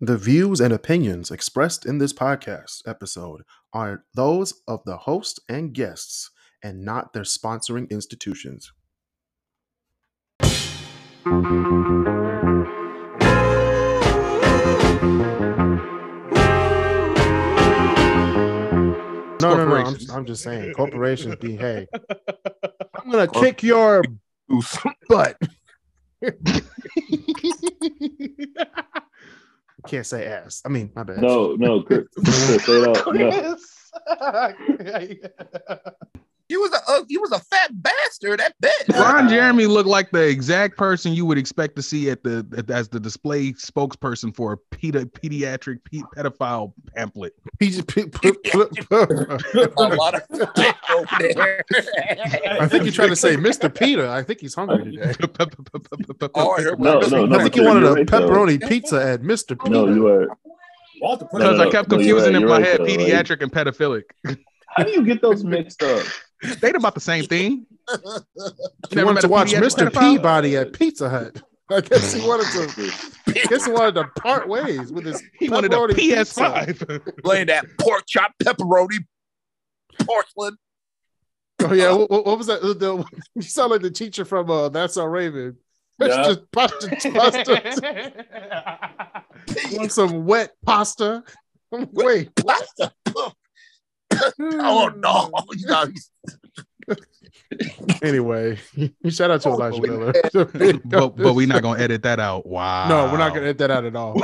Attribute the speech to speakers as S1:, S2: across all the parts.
S1: The views and opinions expressed in this podcast episode are those of the host and guests and not their sponsoring institutions. No, no, no. I'm,
S2: Corporations.
S1: I'm just saying, corporations be hey. I'm gonna kick your butt. I can't say ass. I mean, my bad.
S3: No, no, Chris, Chris, say it out. No.
S2: You was a uh, you was a fat bastard at that.
S4: Ron Jeremy looked like the exact person you would expect to see at the at, as the display spokesperson for a pedi- pediatric pe- pedophile pamphlet.
S1: P- p- p- p-
S2: a lot of dick over there.
S1: I think you're trying to say Mr. Peter. I think he's hungry today.
S2: Oh, I heard
S3: No,
S2: what-
S3: no, no.
S1: I think you
S3: Peter,
S1: wanted
S3: you're
S1: a
S3: right, though.
S1: pepperoni pizza at Mr. Peter.
S3: No, you are.
S5: Walter put
S3: No,
S4: Because
S3: no,
S4: I kept
S3: no, you're
S4: confusing
S3: right,
S4: in
S3: you're
S4: my
S3: right,
S4: head
S3: though. Like,
S4: pediatric and pedophilic.
S3: How do you get those mixed up?
S4: They're about the same thing.
S1: you
S4: never
S1: wanted
S4: met
S1: to
S4: a
S1: watch
S4: pediatric
S1: Mr.
S4: pedophile?
S1: Peabody at Pizza Hut. I guess he wanted to. I guess he wanted to part ways with his.
S4: He wanted a
S1: pepperoni
S4: PS5.
S2: Laying that pork chop pepperoni porcelain.
S1: Oh yeah, what, what was that? The- the- you sound like the teacher from uh, That's Our Raven.
S3: Yeah.
S1: Just pasta, pasta. want some wet pasta. Wait.
S2: Pasta. Oh no! You know,
S1: Anyway, shout out to Elijah Miller.
S4: but but we're not gonna edit that out. Wow.
S1: No, we're not gonna edit that out at all.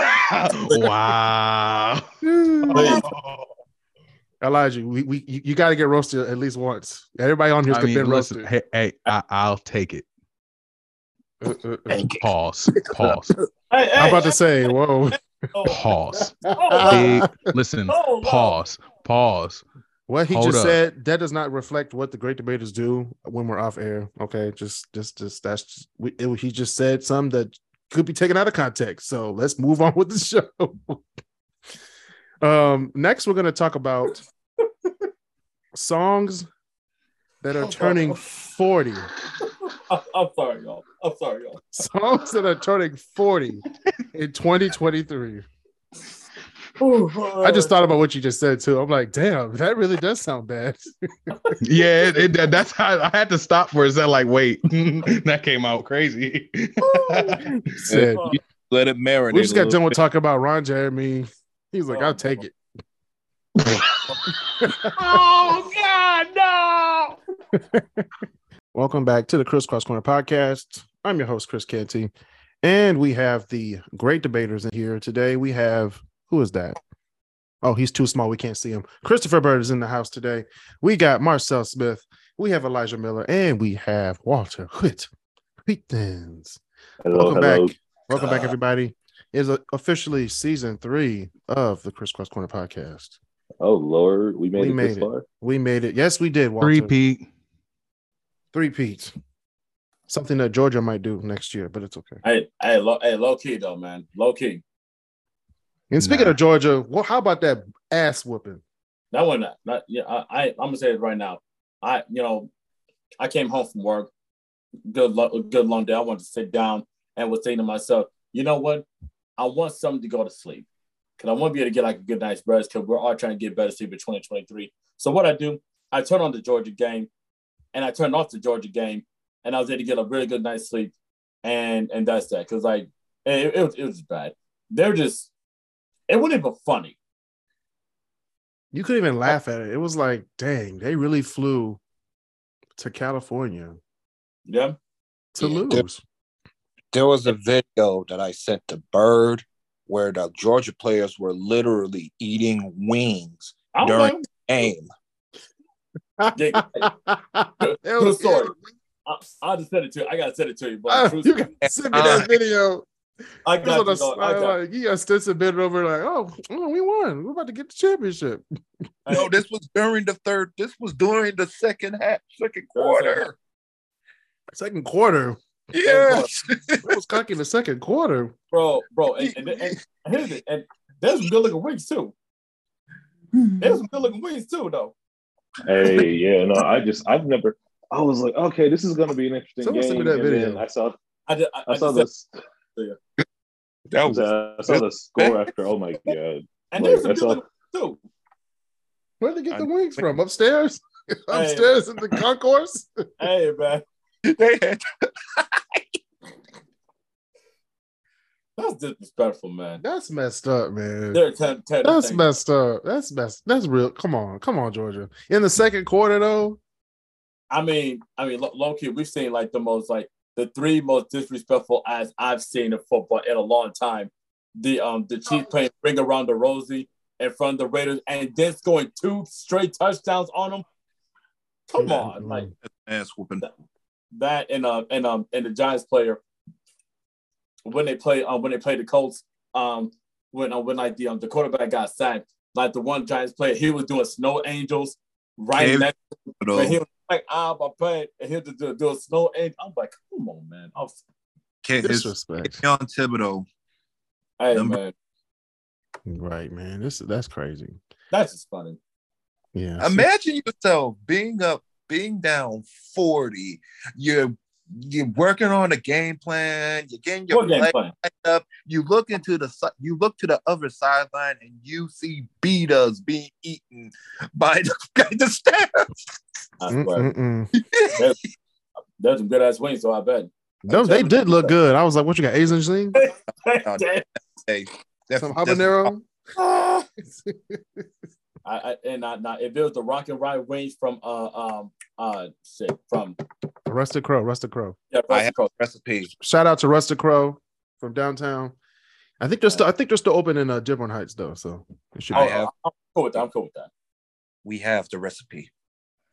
S4: Wow.
S1: Elijah, we, we you, you got to get roasted at least once. Everybody on here's
S4: I mean,
S1: been
S4: listen,
S1: roasted.
S4: hey, hey I, I'll take it.
S1: Uh, uh, uh.
S4: Pause. Pause.
S5: Hey,
S1: I'm
S5: hey,
S1: about to say, whoa.
S4: Pause.
S5: oh,
S1: Ah.
S4: Big, listen.
S5: oh,
S4: Pause. Pause.
S1: What he
S4: Hold
S1: just
S4: up.
S1: said that does not reflect what the great debaters do when we're off air. Okay, just just just that's just, we, it, he just said some that could be taken out of context. So let's move on with the show. um, next we're gonna talk about songs that are turning forty.
S5: I'm, I'm sorry, y'all. I'm sorry, y'all.
S1: Songs that are turning forty in 2023. I
S5: Oh,
S1: just thought about what you just said too. I'm like, damn, that really does sound bad.
S4: Yeah, it, it, that- that's how I had to stop for a second. Like, wait, that came out crazy.
S1: Said,
S2: let it marinate.
S1: we just
S2: a
S1: got
S2: little
S1: done with talking about Ron Jeremy. He's like, I'll take it.
S4: oh God, no!
S1: Welcome back to the Crisscross Corner podcast. I'm your host, Chris Canty, and we have the great debaters in here today. We have who is that? Oh, he's too small. We can't see him. Christopher Bird is in the house today. We got Marcel Smith. We have Elijah Miller, and we have Walter Whit Wheatons.
S3: Hello,
S1: Welcome
S3: hello.
S1: back. Welcome back,
S2: Uh.
S1: everybody. It Is officially season three of the Crisscross Corner podcast.
S3: Oh Lord, we made
S1: We
S3: it
S1: made
S3: this
S1: it.
S3: far.
S1: We made it. Yes, we did. Walter.
S4: Three Pete.
S1: Three Pete. Something that Georgia might do next year, but it's okay.
S5: Hey, hey, low, hey, low key though, man. Low key.
S1: And speaking
S4: Nah.
S1: of Georgia, well, how about that ass whooping?
S5: That one, not, not yeah. I, I, I'm gonna say it right now. I, you know, I came home from work. Good, lo- good long day. I wanted to sit down and was saying to myself, you know what? I want something to go to sleep because I want to be able to get like a good night's rest because we're all trying to get better sleep in 2023. So what I do, I turn on the Georgia game, and I turned off the Georgia game, and I was able to get a really good night's sleep, and and that's that. Because like it, it was it was bad. They're just it wasn't even funny.
S1: You couldn't even laugh at it. It was like, dang, they really flew to California
S5: Yeah.
S1: to
S6: Yeah, they're-
S1: lose.
S6: there was a video that I sent to Bird where the Georgia players were literally eating wings
S5: I'm
S6: During-
S5: like,
S6: aim.
S5: Dick,
S1: It
S5: true
S1: was-
S5: story. I, I'll just send it to you. I gotta send it to you, but
S1: Uh,
S5: true
S1: you
S5: story.
S1: got send me that video.
S5: Uh, I
S1: It was on
S5: got
S1: the
S5: you. dog. I
S1: slide,
S5: got
S1: like, you got Stinson bent over, like, oh, oh, we won. We're about to get the championship.
S5: you.
S2: No, this was during the third. This was during the second half, second quarter.
S1: Second quarter.
S2: Yes.
S1: It was cocky in the second quarter.
S5: bro,
S6: oh,
S5: bro, and, and, and, and here's it. And there's some good looking wings too. There's some good looking wings too, though.
S3: Hey, yeah, no, I just I've never I was like, okay, this is gonna be an interesting
S1: Someone sent
S3: game.
S1: me that
S3: and then
S1: video.
S3: I saw
S5: I just, I,
S3: I
S5: I
S3: saw
S5: just said,
S3: this
S7: That was
S5: I saw the score after. Oh my god!
S3: And
S5: Like,
S3: there's a
S5: that's
S3: dude
S5: all-
S3: in the too.
S1: Where'd they get the wings from? Upstairs? Upstairs in the concourse?
S3: Hey man,
S7: they had
S3: that's disrespectful, man.
S1: That's messed up, man.
S3: They're ten, ten
S1: That's
S3: things.
S1: messed up. That's messed. That's real. Come on, come on, Georgia. In the second quarter, though,
S3: I mean, I mean, low key, we've seen like the most, like the three most disrespectful ads I've seen in football in a long time. The um, the Chiefs playing ring around the Rosie in front of the Raiders, and then scoring two straight touchdowns on them. Come on, like
S7: ass whooping.
S3: that, and um, and um, and the Giants player when they play um, when they play the Colts um, when uh, when like the um, the quarterback got sacked, like the one Giants player, he was doing snow angels right
S7: Yeah,
S3: next.
S7: though.
S3: But he was like, ah, my bad. And he'll do, do a snow edge. I'm like, come on, man. I'm,
S7: Kid- it's
S1: disrespect.
S7: Le'Veon Thibodeau.
S3: hey,
S7: Number-
S3: man,
S1: Right, man. This that's crazy.
S3: that's just funny.
S1: Yeah.
S7: Imagine yourself being up, being down 40. You're you're working on a game plan, you're getting your
S3: What game
S7: play
S3: plan?
S7: up, you look into the si- you look to the other sideline and you see beaters being eaten by the, by the staff.
S3: I
S1: Mm,
S3: swear.
S1: mm, mm.
S3: That's some good ass wings, so I bet.
S1: Them- they did look good. I was like, "What you got, Asian zing?
S7: no.
S3: Damn.
S7: That's,
S1: Some
S7: that's-
S1: habanero?"
S3: I, I, and I, now, if it was the rock and ride wings from, uh, um, uh, shit, from,
S1: Rusted Crow, Rusted Crow.
S3: yeah,
S7: I
S3: Russell
S7: have
S3: Crowe.
S7: recipe.
S1: Shout out to Rusted Crow from downtown. I think they're still. I think they're still open in uh, Dearborn Heights though. So it should
S3: Oh,
S1: be.
S7: I have-
S3: I'm cool with that. I'm cool with that.
S7: We have the recipe.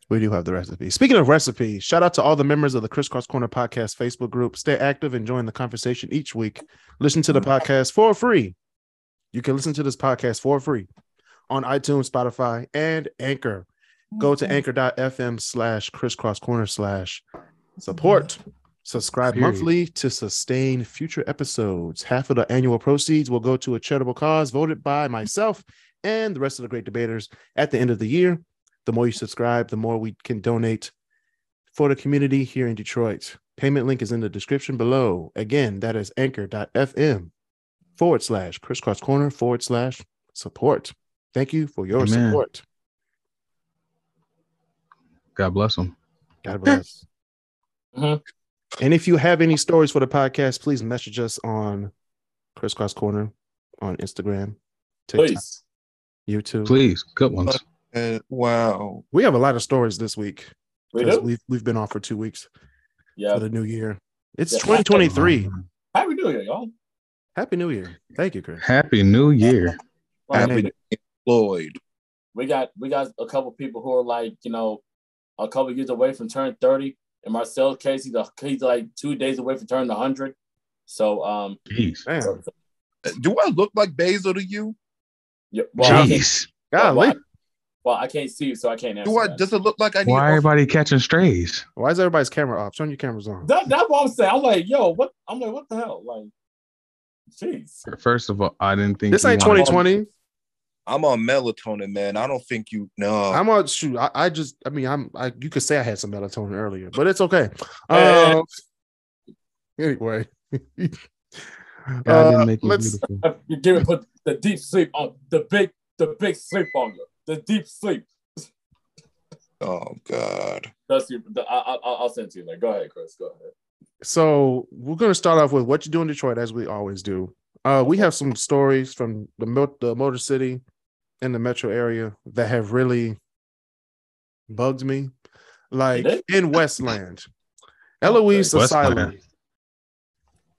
S1: We do have the recipe. Speaking of recipe, shout out to all the members of the Crisscross Corner Podcast Facebook group. Stay active and join the conversation each week. Listen to the podcast for free. You can listen to this podcast for free on iTunes, Spotify, and Anchor. Go to anchor.fm slash crisscross corner slash support. Subscribe
S4: Period.
S1: monthly to sustain future episodes. Half of the annual proceeds will go to a charitable cause voted by myself and the rest of the great debaters at the end of the year the more you subscribe, the more we can donate for the community here in Detroit. Payment link is in the description below. Again, that is anchor.fm forward slash crisscross corner forward slash support. Thank you for your
S4: Amen.
S1: support.
S4: God bless them.
S1: God bless.
S3: Mhm.
S1: And if you have any stories for the podcast, please message us on crisscross corner on Instagram, TikTok,
S3: Please.
S1: YouTube.
S4: Please, good ones.
S7: Uh, wow.
S1: We have a lot of stories this week
S3: We
S1: because
S3: do?
S1: we've we've been off for two weeks for
S3: yeah.
S1: the new year. It's
S3: Yeah.
S1: 2023.
S3: How we doing, y'all?
S1: Happy New Year. Thank you, Chris.
S4: Happy New Year.
S3: Well,
S1: Happy-
S7: Happy Floyd.
S3: we got we got a couple people who are like you know a couple years away from turning 30 and marcel case he's, a, he's like two days away from turning 100 so um
S4: Jeez.
S1: Damn.
S7: Uh, Do I look like Basil to you?
S3: yeah, well, I can't,
S4: Jeez.
S1: Golly.
S3: well, I- well, I can't see you so i can't answer
S7: Do I
S3: that.
S7: does it look like I need
S4: Why
S7: off-
S4: everybody catching strays?
S1: Why is everybody's camera off? Turn your cameras on.
S3: That- that's what i'm saying i'm like yo what i'm like what the hell like jeez
S4: First of all, I didn't think
S1: This
S4: you
S1: ain't
S4: wanted-
S1: 2020.
S7: I'm on melatonin, man. I don't think you no.
S1: I'm on shoot. I, I just I mean I'm I you could say I had some melatonin earlier, but it's okay.
S3: Eh.
S1: Um anyway.
S4: God
S1: Uh,
S4: didn't make you
S1: let's
S4: beautiful.
S3: you give it put the deep sleep on the big the big sleep on you the deep sleep
S7: oh god.
S3: that's your the, I, I, i'll I'll send it to you like go ahead chris go ahead
S1: so we're gonna start off with what you do in Detroit as we always do. Uh we have some stories from the Mo- the Motor City and the metro area that have really bugged me. Like
S3: did?
S1: in Westland. Eloise Asylum.
S4: Westland.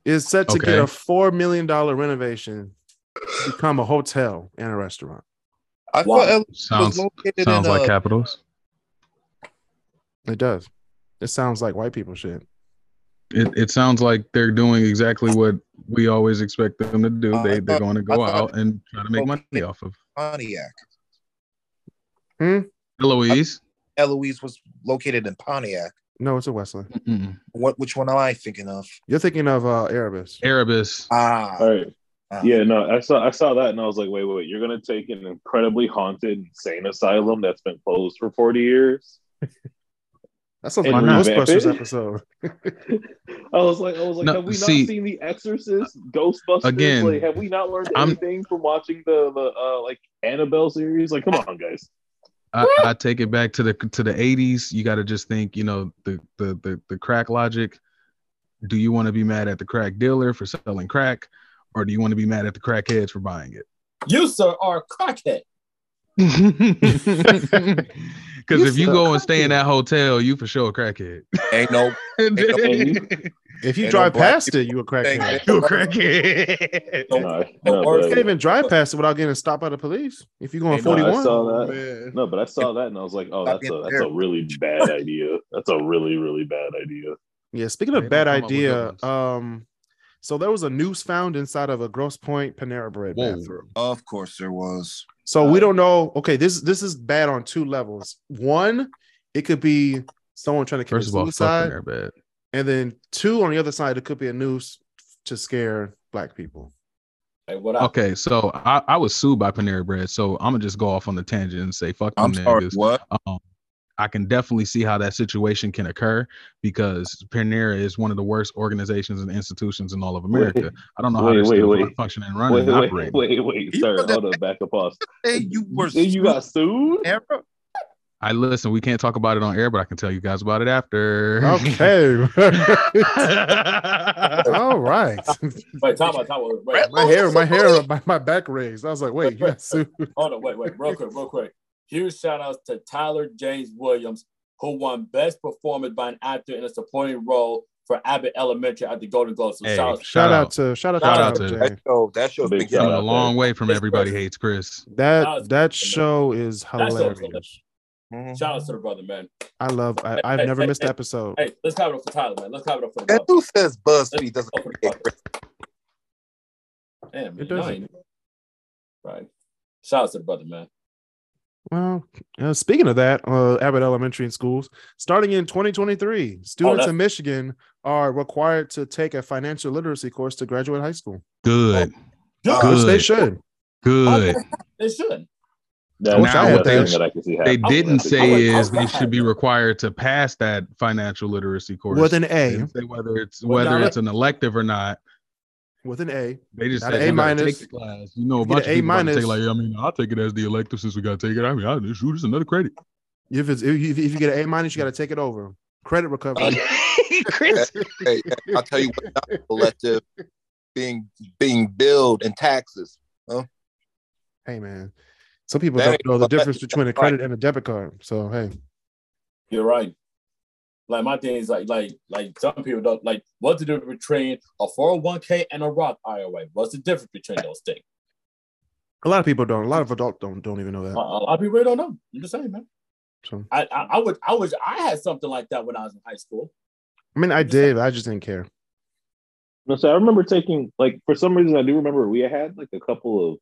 S1: is set to get
S4: Okay.
S1: a four million dollar renovation to become a hotel and a restaurant.
S7: I
S3: Wow.
S7: thought Ella was
S4: Sounds
S7: located
S4: sounds
S7: in
S4: like
S7: uh,
S4: capitals.
S1: It does. It sounds like white people shit.
S4: It, it sounds like they're doing exactly what we always expect them to do. They they're going to go
S7: Uh, I thought-
S4: out and try to make money off of.
S7: Pontiac.
S4: Eloise.
S7: Eloise was located in Pontiac.
S1: No, it's a Westland.
S4: Mm-mm.
S7: What which one am I thinking of?
S1: You're thinking of uh, Erebus.
S4: Erebus.
S7: Ah,
S5: All right.
S7: ah.
S5: Uh, Yeah, no, I saw I saw that and I was like, wait, wait, wait, you're gonna take an incredibly haunted insane asylum that's been closed for 40 years
S1: That sounds
S5: And
S1: like a
S4: revamp
S1: Ghostbusters
S5: it.
S1: episode.
S5: I was like, I was like,
S4: No,
S5: have we
S4: see-
S5: not seen The Exorcist, Ghostbusters?
S4: Again,
S5: like, have we not learned
S4: I'm-
S5: anything from watching the the uh, like Annabelle series? Like, come on, guys.
S4: I, I take it back to the to the 80s. You got to just think, you know, the the the, the crack logic. Do you want to be mad at the crack dealer for selling crack, or do you want to be mad at the crackheads for buying it?
S3: You, sir, are a crackhead.
S4: Because
S1: You
S4: if you
S1: still
S4: go and stay in
S1: crackhead.
S4: that hotel, you for sure a crackhead.
S2: Ain't no
S1: If you
S2: Ain't no
S1: drive
S2: black
S1: past it, you a crackhead.
S2: thing.
S4: you a crackhead.
S7: Oh,
S3: No,
S5: No,
S3: the
S5: no,
S1: You
S5: but
S3: worst-
S1: can't
S5: I,
S1: even drive past it without getting stopped by the police. If you're going
S2: Ain't no- I
S1: 41,
S4: uh,
S5: saw that.
S1: man.
S5: no, but I saw that and I was like, oh,
S7: Stop
S5: that's a
S7: being
S5: that's a
S7: fair.
S5: really bad idea. That's a really really bad idea.
S1: Yeah, speaking
S4: They
S1: of
S4: don't
S1: bad
S4: come up with good
S1: idea,
S4: ones.
S1: um, so there was a noose found inside of a Gross Point Panera Bread
S4: Whoa.
S1: bathroom.
S2: Of course there was.
S1: So we don't know. Okay, this this is bad on two levels. One, it could be someone trying to commit
S4: First of all, fuck
S1: suicide,
S4: their bed.
S1: and then two on the other side, it could be a noose to scare black people.
S3: Hey, what up?
S4: Okay, so I, I was sued by Panera Bread, so I'm gonna just go off on the tangent and say fuck them
S2: I'm sorry,
S4: niggas.
S2: what?
S4: Um, I can definitely see how that situation can occur because Panera is one of the worst organizations and institutions in all of America.
S5: Wait.
S4: I don't know how
S5: Wait,
S4: they're
S5: wait,
S4: still
S5: wait.
S4: functioning and running
S5: Wait,
S4: and
S5: wait,
S4: operating.
S5: wait, wait,
S7: You
S5: sir.
S7: know
S5: Hold up, back up, pause.
S7: Hey, you were
S5: you got sued.
S7: Panera?
S4: I listen, we can't talk about it on air, but I can tell you guys about it after.
S1: Okay,
S4: Okay.
S1: all right.
S3: Wait, talk about, talk about, wait,
S1: My hair, my hair, my, my back raised. I was like, wait, you got sued.
S3: hold on, wait, wait, real quick, real quick. Huge shout outs to Tyler James Williams, who won Best Performance by an Actor in a Supporting Role for Abbott Elementary at the Golden Globes. So
S4: Hey,
S3: shout outs.
S1: Shout out to shout out
S3: Shout
S1: to,
S3: out
S1: Tyler Jane.
S4: to-
S2: That show, that show's
S5: Big
S2: been
S5: shout
S2: getting
S4: Coming a
S5: out
S4: long
S5: there.
S4: way from
S3: Chris
S4: everybody
S3: Chris.
S4: hates Chris.
S3: That
S1: That
S3: was-
S1: that show is
S3: That show's
S1: hilarious.
S3: hilarious.
S2: Mm-hmm.
S3: Shout outs to the brother, man.
S1: I love. I, I've
S3: Hey,
S1: never
S3: hey,
S1: missed an
S3: hey,
S1: episode.
S3: Hey, let's have it up for Tyler, man. Let's have it up for the
S2: And
S3: brother.
S2: who says BuzzFeed
S3: Let's
S2: doesn't
S3: go for the
S2: create
S3: brother.
S2: Chris?
S3: Damn, man.
S1: It
S3: no, I
S1: doesn't.
S3: ain't- Right. Shout outs to the brother, man.
S1: Well, uh, speaking of that, uh, Abbott Elementary and schools, starting in 2023, students
S3: Oh, that's-
S1: in Michigan are required to take a financial literacy course to graduate high school,
S4: Good.
S3: Good.
S1: which they
S4: Good.
S1: should.
S4: Good.
S3: They should.
S5: That's
S1: I wish I
S5: the
S1: had
S5: best thing
S1: that.
S5: that I can see
S4: They
S5: happening.
S4: didn't
S5: That's it.
S4: say
S3: would- I
S4: is
S3: would
S4: they
S3: have
S4: should be
S3: that.
S4: required to pass that financial literacy course.
S1: With an
S4: They
S1: A,
S4: didn't say whether it's
S3: Well,
S4: whether
S3: now
S4: it's an elective or not.
S1: with an A.
S4: They just
S1: Not
S4: said
S1: an A
S4: you gotta
S1: minus.
S4: take the class. You know, a
S1: You get
S4: bunch
S1: an
S4: of
S1: A
S4: people about to take
S1: minus.
S4: like, I mean, I'll take it as the elective since we gotta take it. I mean, I'll just shoot it's another credit.
S1: If it's if you, if you get an A minus, you got to take it over. Credit recovery.
S4: Chris.
S2: Hey, I'll tell you what, not collective being being billed and taxes.
S1: hey man, some people
S2: That
S1: don't know the
S2: ain't-
S1: difference between a
S2: that's
S1: credit and a debit card. So hey,
S3: You're right. Like my thing is like like like some people don't like what's the difference between a 401k and a Roth IRA? What's the difference between those things?
S1: a lot of people don't. A lot of adults don't don't even know that.
S3: A, a lot of people really don't know. I'm just saying, man.
S1: So
S3: I, I I would I wish I had something like that when I was in high school.
S1: I mean, I did. I just didn't care.
S5: No, so I remember taking like for some reason I do remember we had like a couple of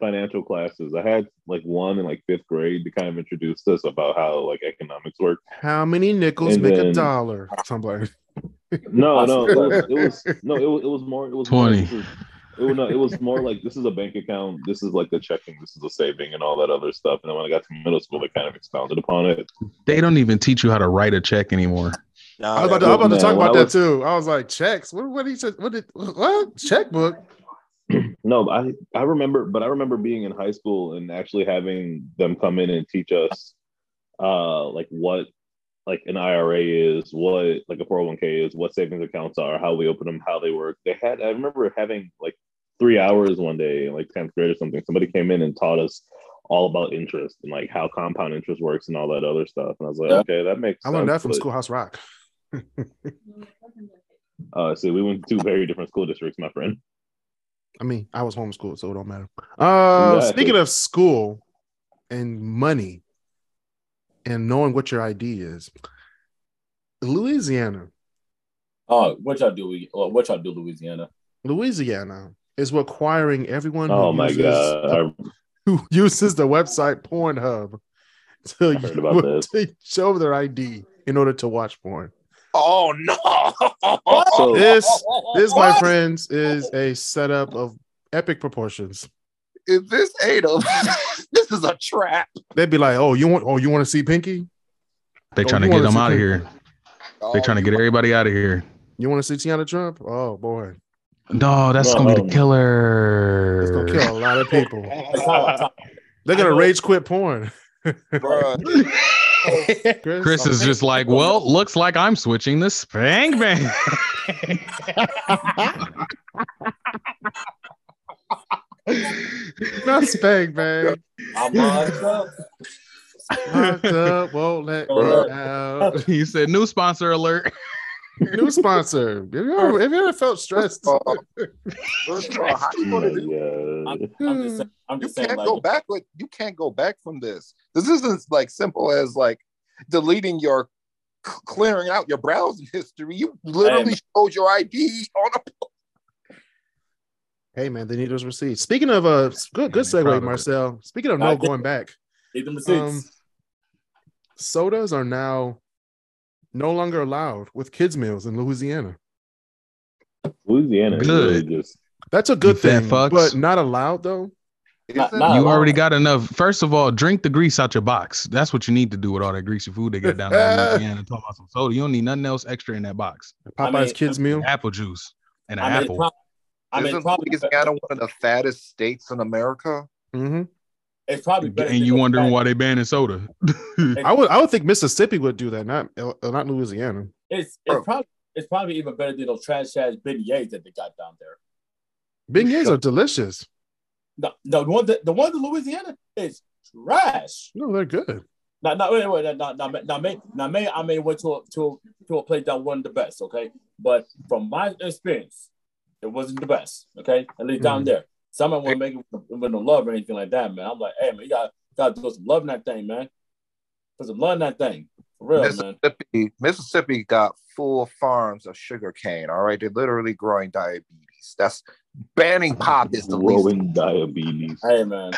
S5: financial classes. I had like one in like fifth grade that kind of introduced us about how like economics work.
S1: How many nickels
S5: And
S1: make a
S5: then-
S1: dollar? So I'm like,
S5: No, no, it was, it was no, it was, it was more. It was more
S4: 20.
S5: like, this is- it, was, no, it was more like this is a bank account. This is like the checking. This is a saving and all that other stuff. And then when I got to middle school, they kind of expounded upon it.
S4: They don't even teach you how to write a check anymore.
S1: I was about to, I
S5: that-
S1: was about to
S5: man,
S1: talk
S5: when
S1: about
S5: I
S1: that
S5: was-
S1: too. I was like, checks. What? What he said? What did? What checkbook?
S5: No, I I remember, but I remember being in high school and actually having them come in and teach us, uh, like what like an IRA is, what like a 401k is, what savings accounts are, how we open them, how they work. They had I remember having like three hours one day in like 10th grade or something. Somebody came in and taught us all about interest and like how compound interest works and all that other stuff. And I was like,
S3: Yeah.
S5: okay, that makes
S1: I learned
S5: sense,
S1: that from
S5: but-
S1: Schoolhouse Rock.
S5: Uh see, we went to two very different school districts, my friend.
S1: I mean, I was homeschooled, so it don't matter. Uh,
S5: Exactly.
S1: Speaking of school and money and knowing what your ID is, Louisiana,
S3: Oh, what y'all do? we- uh, What y'all do, Louisiana?
S1: Louisiana is requiring everyone who
S5: Oh my
S1: uses
S5: god. I,
S1: who uses the website Pornhub to,
S5: I heard about this.
S1: to show their ID in order to watch porn.
S2: Oh no!
S5: So-
S1: This,
S3: Oh,
S1: this, my
S2: What?
S1: friends, is a setup of epic proportions.
S2: if this ain't a this is a trap.
S1: They'd be like, "Oh, you want? Oh, you want to see Pinky?
S4: They
S1: Oh,
S4: trying
S1: you
S4: to get
S1: wanna
S4: them
S1: see
S4: out of
S1: Pinky?
S4: here. They're trying to get everybody out of here.
S1: You want to see Tiana Trump? Oh boy,
S4: No, that's
S5: No,
S4: gonna be
S5: no.
S4: the killer.
S1: it's gonna kill a lot of people.
S3: Like,
S1: They're
S3: I
S1: gonna
S3: know-
S1: rage quit porn.
S2: Bruh,
S1: Chris,
S4: Chris is just like, well, looks like I'm switching to Spank Bang.
S1: not spank bang.
S3: I'm locked up.
S1: Locked up, won't let me
S3: Bruh.
S1: out.
S4: he said, new sponsor alert.
S1: New sponsor. If you ever, if you ever felt stressed,
S2: First of all,
S3: First of
S2: bro,
S3: all,
S2: how you
S5: Oh
S2: gonna do
S5: my God.
S3: I'm just saying, I'm
S2: you
S3: just saying
S2: can't
S3: like,
S2: go back with you can't go back from this. This isn't like simple as like deleting your c- clearing out your browsing history. You literally
S3: Hey.
S2: showed your ID on a
S1: hey man, they need those receipts. Speaking of uh, good good
S4: Man, they proud
S1: segue,
S4: of it.
S1: Marcel. Speaking of
S3: I
S1: no
S3: think-
S1: going back,
S3: need them receipts.
S1: um, sodas are now no longer allowed with kids meals in Louisiana.
S5: Louisiana is
S4: Good.
S5: really just
S1: That's a good
S4: You fat
S1: thing,
S4: fucks.
S1: but not allowed though.
S3: Not-
S2: Isn't-
S3: not-
S4: You
S3: Oh,
S4: already
S3: wow.
S4: got enough. First of all, drink the grease out your box. That's what you need to do with all that greasy food they got down there in Louisiana. Talking about some soda. You don't need nothing else extra in that box.
S1: Popeye's
S3: mean-
S1: kids meal.
S4: Apple juice and an
S3: I mean,
S4: apple.
S3: prob- I mean,
S2: isn't
S3: probably,
S2: Louisiana one of the fattest states in America?
S1: hmm
S3: it's probably better.
S4: and
S3: to
S4: you
S3: go
S4: wondering
S3: back.
S4: why they banning soda.
S1: I would I would think Mississippi would do that, not uh, not Louisiana.
S3: It's
S2: Bro.
S3: it's probably it's probably even better than those trash ass beignets that they got down there.
S1: Beignets are delicious.
S3: No, no, the one that the one in Louisiana is trash.
S1: No, they're good.
S3: Now, now, wait, wait, now, now, now, now, may, now, may, I may went to a, to a, to a place that wasn't the best, okay? But from my experience, it wasn't the best, okay? At least down
S1: Mhm.
S3: there. Someone want to make it with, with no love or anything like that, man. I'm like, hey, man, you got got to throw some love in that thing, man. Put some love in that thing, for real, man.
S2: Mississippi, Mississippi got full farms of sugar cane. All right, they're literally growing diabetes. That's banning pop is the least.
S5: growing diabetes.
S3: Hey, man.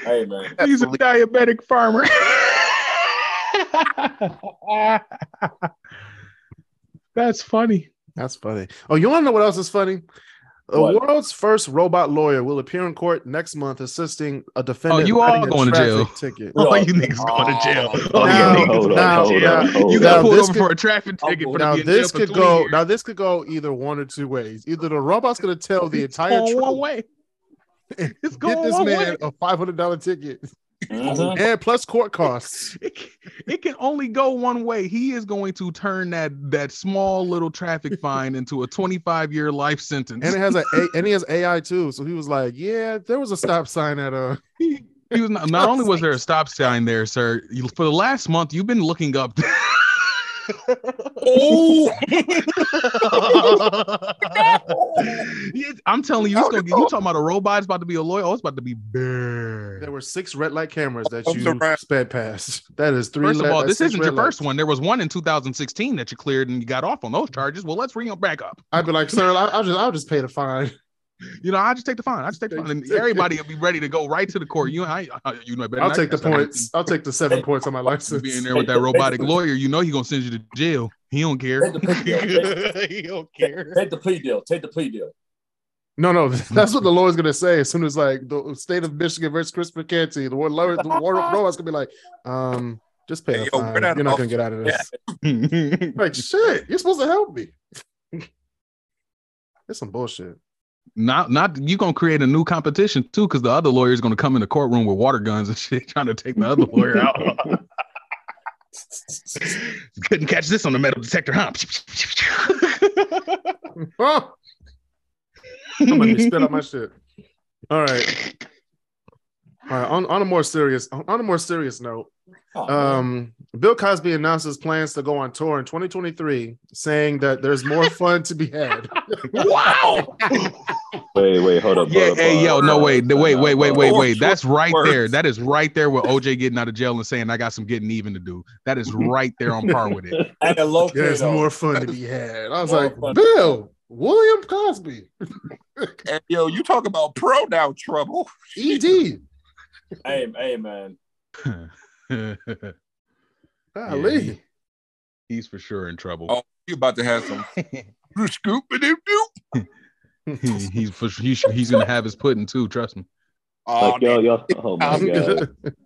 S3: hey, man.
S4: He's a diabetic farmer. That's funny.
S1: That's funny. Oh, you want to know what else is funny? The
S3: What?
S1: world's first robot lawyer will appear in court next month, assisting a defendant.
S4: you all
S1: fighting a
S4: going to jail.
S1: traffic Ticket.
S3: We
S4: Oh,
S3: all-
S4: you niggas going to jail.
S2: Oh,
S4: Oh,
S1: now-
S4: you niggas going
S1: now-
S4: to jail.
S1: now- now
S4: you got pulled
S1: this
S4: over
S1: could-
S4: for a traffic ticket for
S1: Now
S4: being in jail
S1: this
S4: for
S1: could
S4: 20
S1: go.
S4: years.
S1: Now this could go either one or two ways. Either the robot's going to tell the entire
S4: going one
S1: truth,
S4: way. It's
S1: get
S4: going
S1: this
S4: one
S1: man
S4: way.
S1: a five hundred dollar ticket,
S2: Uh-huh.
S3: Mhm.
S1: and plus court costs.
S4: It, can- it can only go one way. He is going to turn that that small little traffic fine into a 25 year life sentence.
S1: And it has a, a and he has AI too. So he was like, "Yeah, there was a stop sign at uh, a."
S4: he was not, not only was there a stop sign there, sir. You, for the last month, you've been looking up. Yeah, I'm telling
S1: Oh,
S4: you, it's gonna get you talking about a robot. It's about to be a lawyer. Oh, it's about to be
S1: There
S4: bad.
S1: were six red light cameras that
S2: Comes
S1: you
S2: around.
S1: sped past. That is three.
S4: First of
S1: le-
S4: all,
S1: that's
S4: this
S1: six
S4: isn't
S1: red
S4: your first
S1: lights.
S4: one. There was one in 2016 that you cleared and you got off on those charges. Well, let's ring them back up.
S1: I'd be like, sir, I'll, I'll just I'll just pay the fine.
S4: You know, I just take the fine. I just take the fine, and everybody will be ready to go right to the court. You, I, I- you know, better.
S1: I'll
S4: not
S1: take the
S4: catch that
S1: points. I'll take the seven points on my
S4: You
S1: license.
S4: being there with that robotic lawyer, you know he gonna send you to jail. He don't care.
S3: Take the plea deal.
S4: he don't
S3: Take,
S4: care.
S3: take the plea deal. Take the plea deal.
S1: No, no, that's what the lawyer's gonna say as soon as like the state of Michigan versus Christopher Canty. The war lawyer, the war robot's gonna be like, um, just pay
S2: Hey,
S1: the
S2: yo,
S1: fine.
S2: we're not
S1: You're not
S2: off-
S1: gonna get out of this.
S4: no,
S1: Like shit, you're supposed to help me. It's some bullshit.
S4: not not you gonna create a new competition too, because the other lawyer is gonna come in the courtroom with water guns and shit, trying to take the other lawyer out. Couldn't catch this on the metal detector, huh?
S1: Oh, somebody spit out my shit. All right. All right. On, on a more serious on a more serious note,
S3: Oh, man.
S1: um, Bill Cosby announces plans to go on tour in 2023, saying that there's more fun to be had.
S4: wow.
S5: Wait, wait, hold up.
S4: Yeah,
S5: hold up,
S4: hey,
S5: hold
S4: yo,
S5: up,
S4: no,
S5: hold up,
S4: wait, the-
S5: time
S4: wait,
S5: out,
S4: wait, wait,
S5: hold
S4: wait,
S5: up.
S4: wait. That's right
S2: Words.
S4: there. That is right there with OJ getting out of jail and saying, I got some getting even to do. That is right there on par with it.
S3: and a low key,
S1: There's
S3: though.
S1: more fun to be had. I was
S3: More
S1: like,
S3: fun.
S1: Bill, William Cosby,
S2: And yo, you talk about pronoun trouble.
S1: ED.
S3: Hey, hey, man.
S1: Golly.
S4: Yeah, he- he's for sure in trouble.
S2: Oh. You about to have some scoop and doo doo.
S4: he's for sure, he's, he's gonna have his pudding too. Trust me.
S2: Oh,
S5: Like, yo, yo, oh my
S1: I'm
S5: god.
S1: good.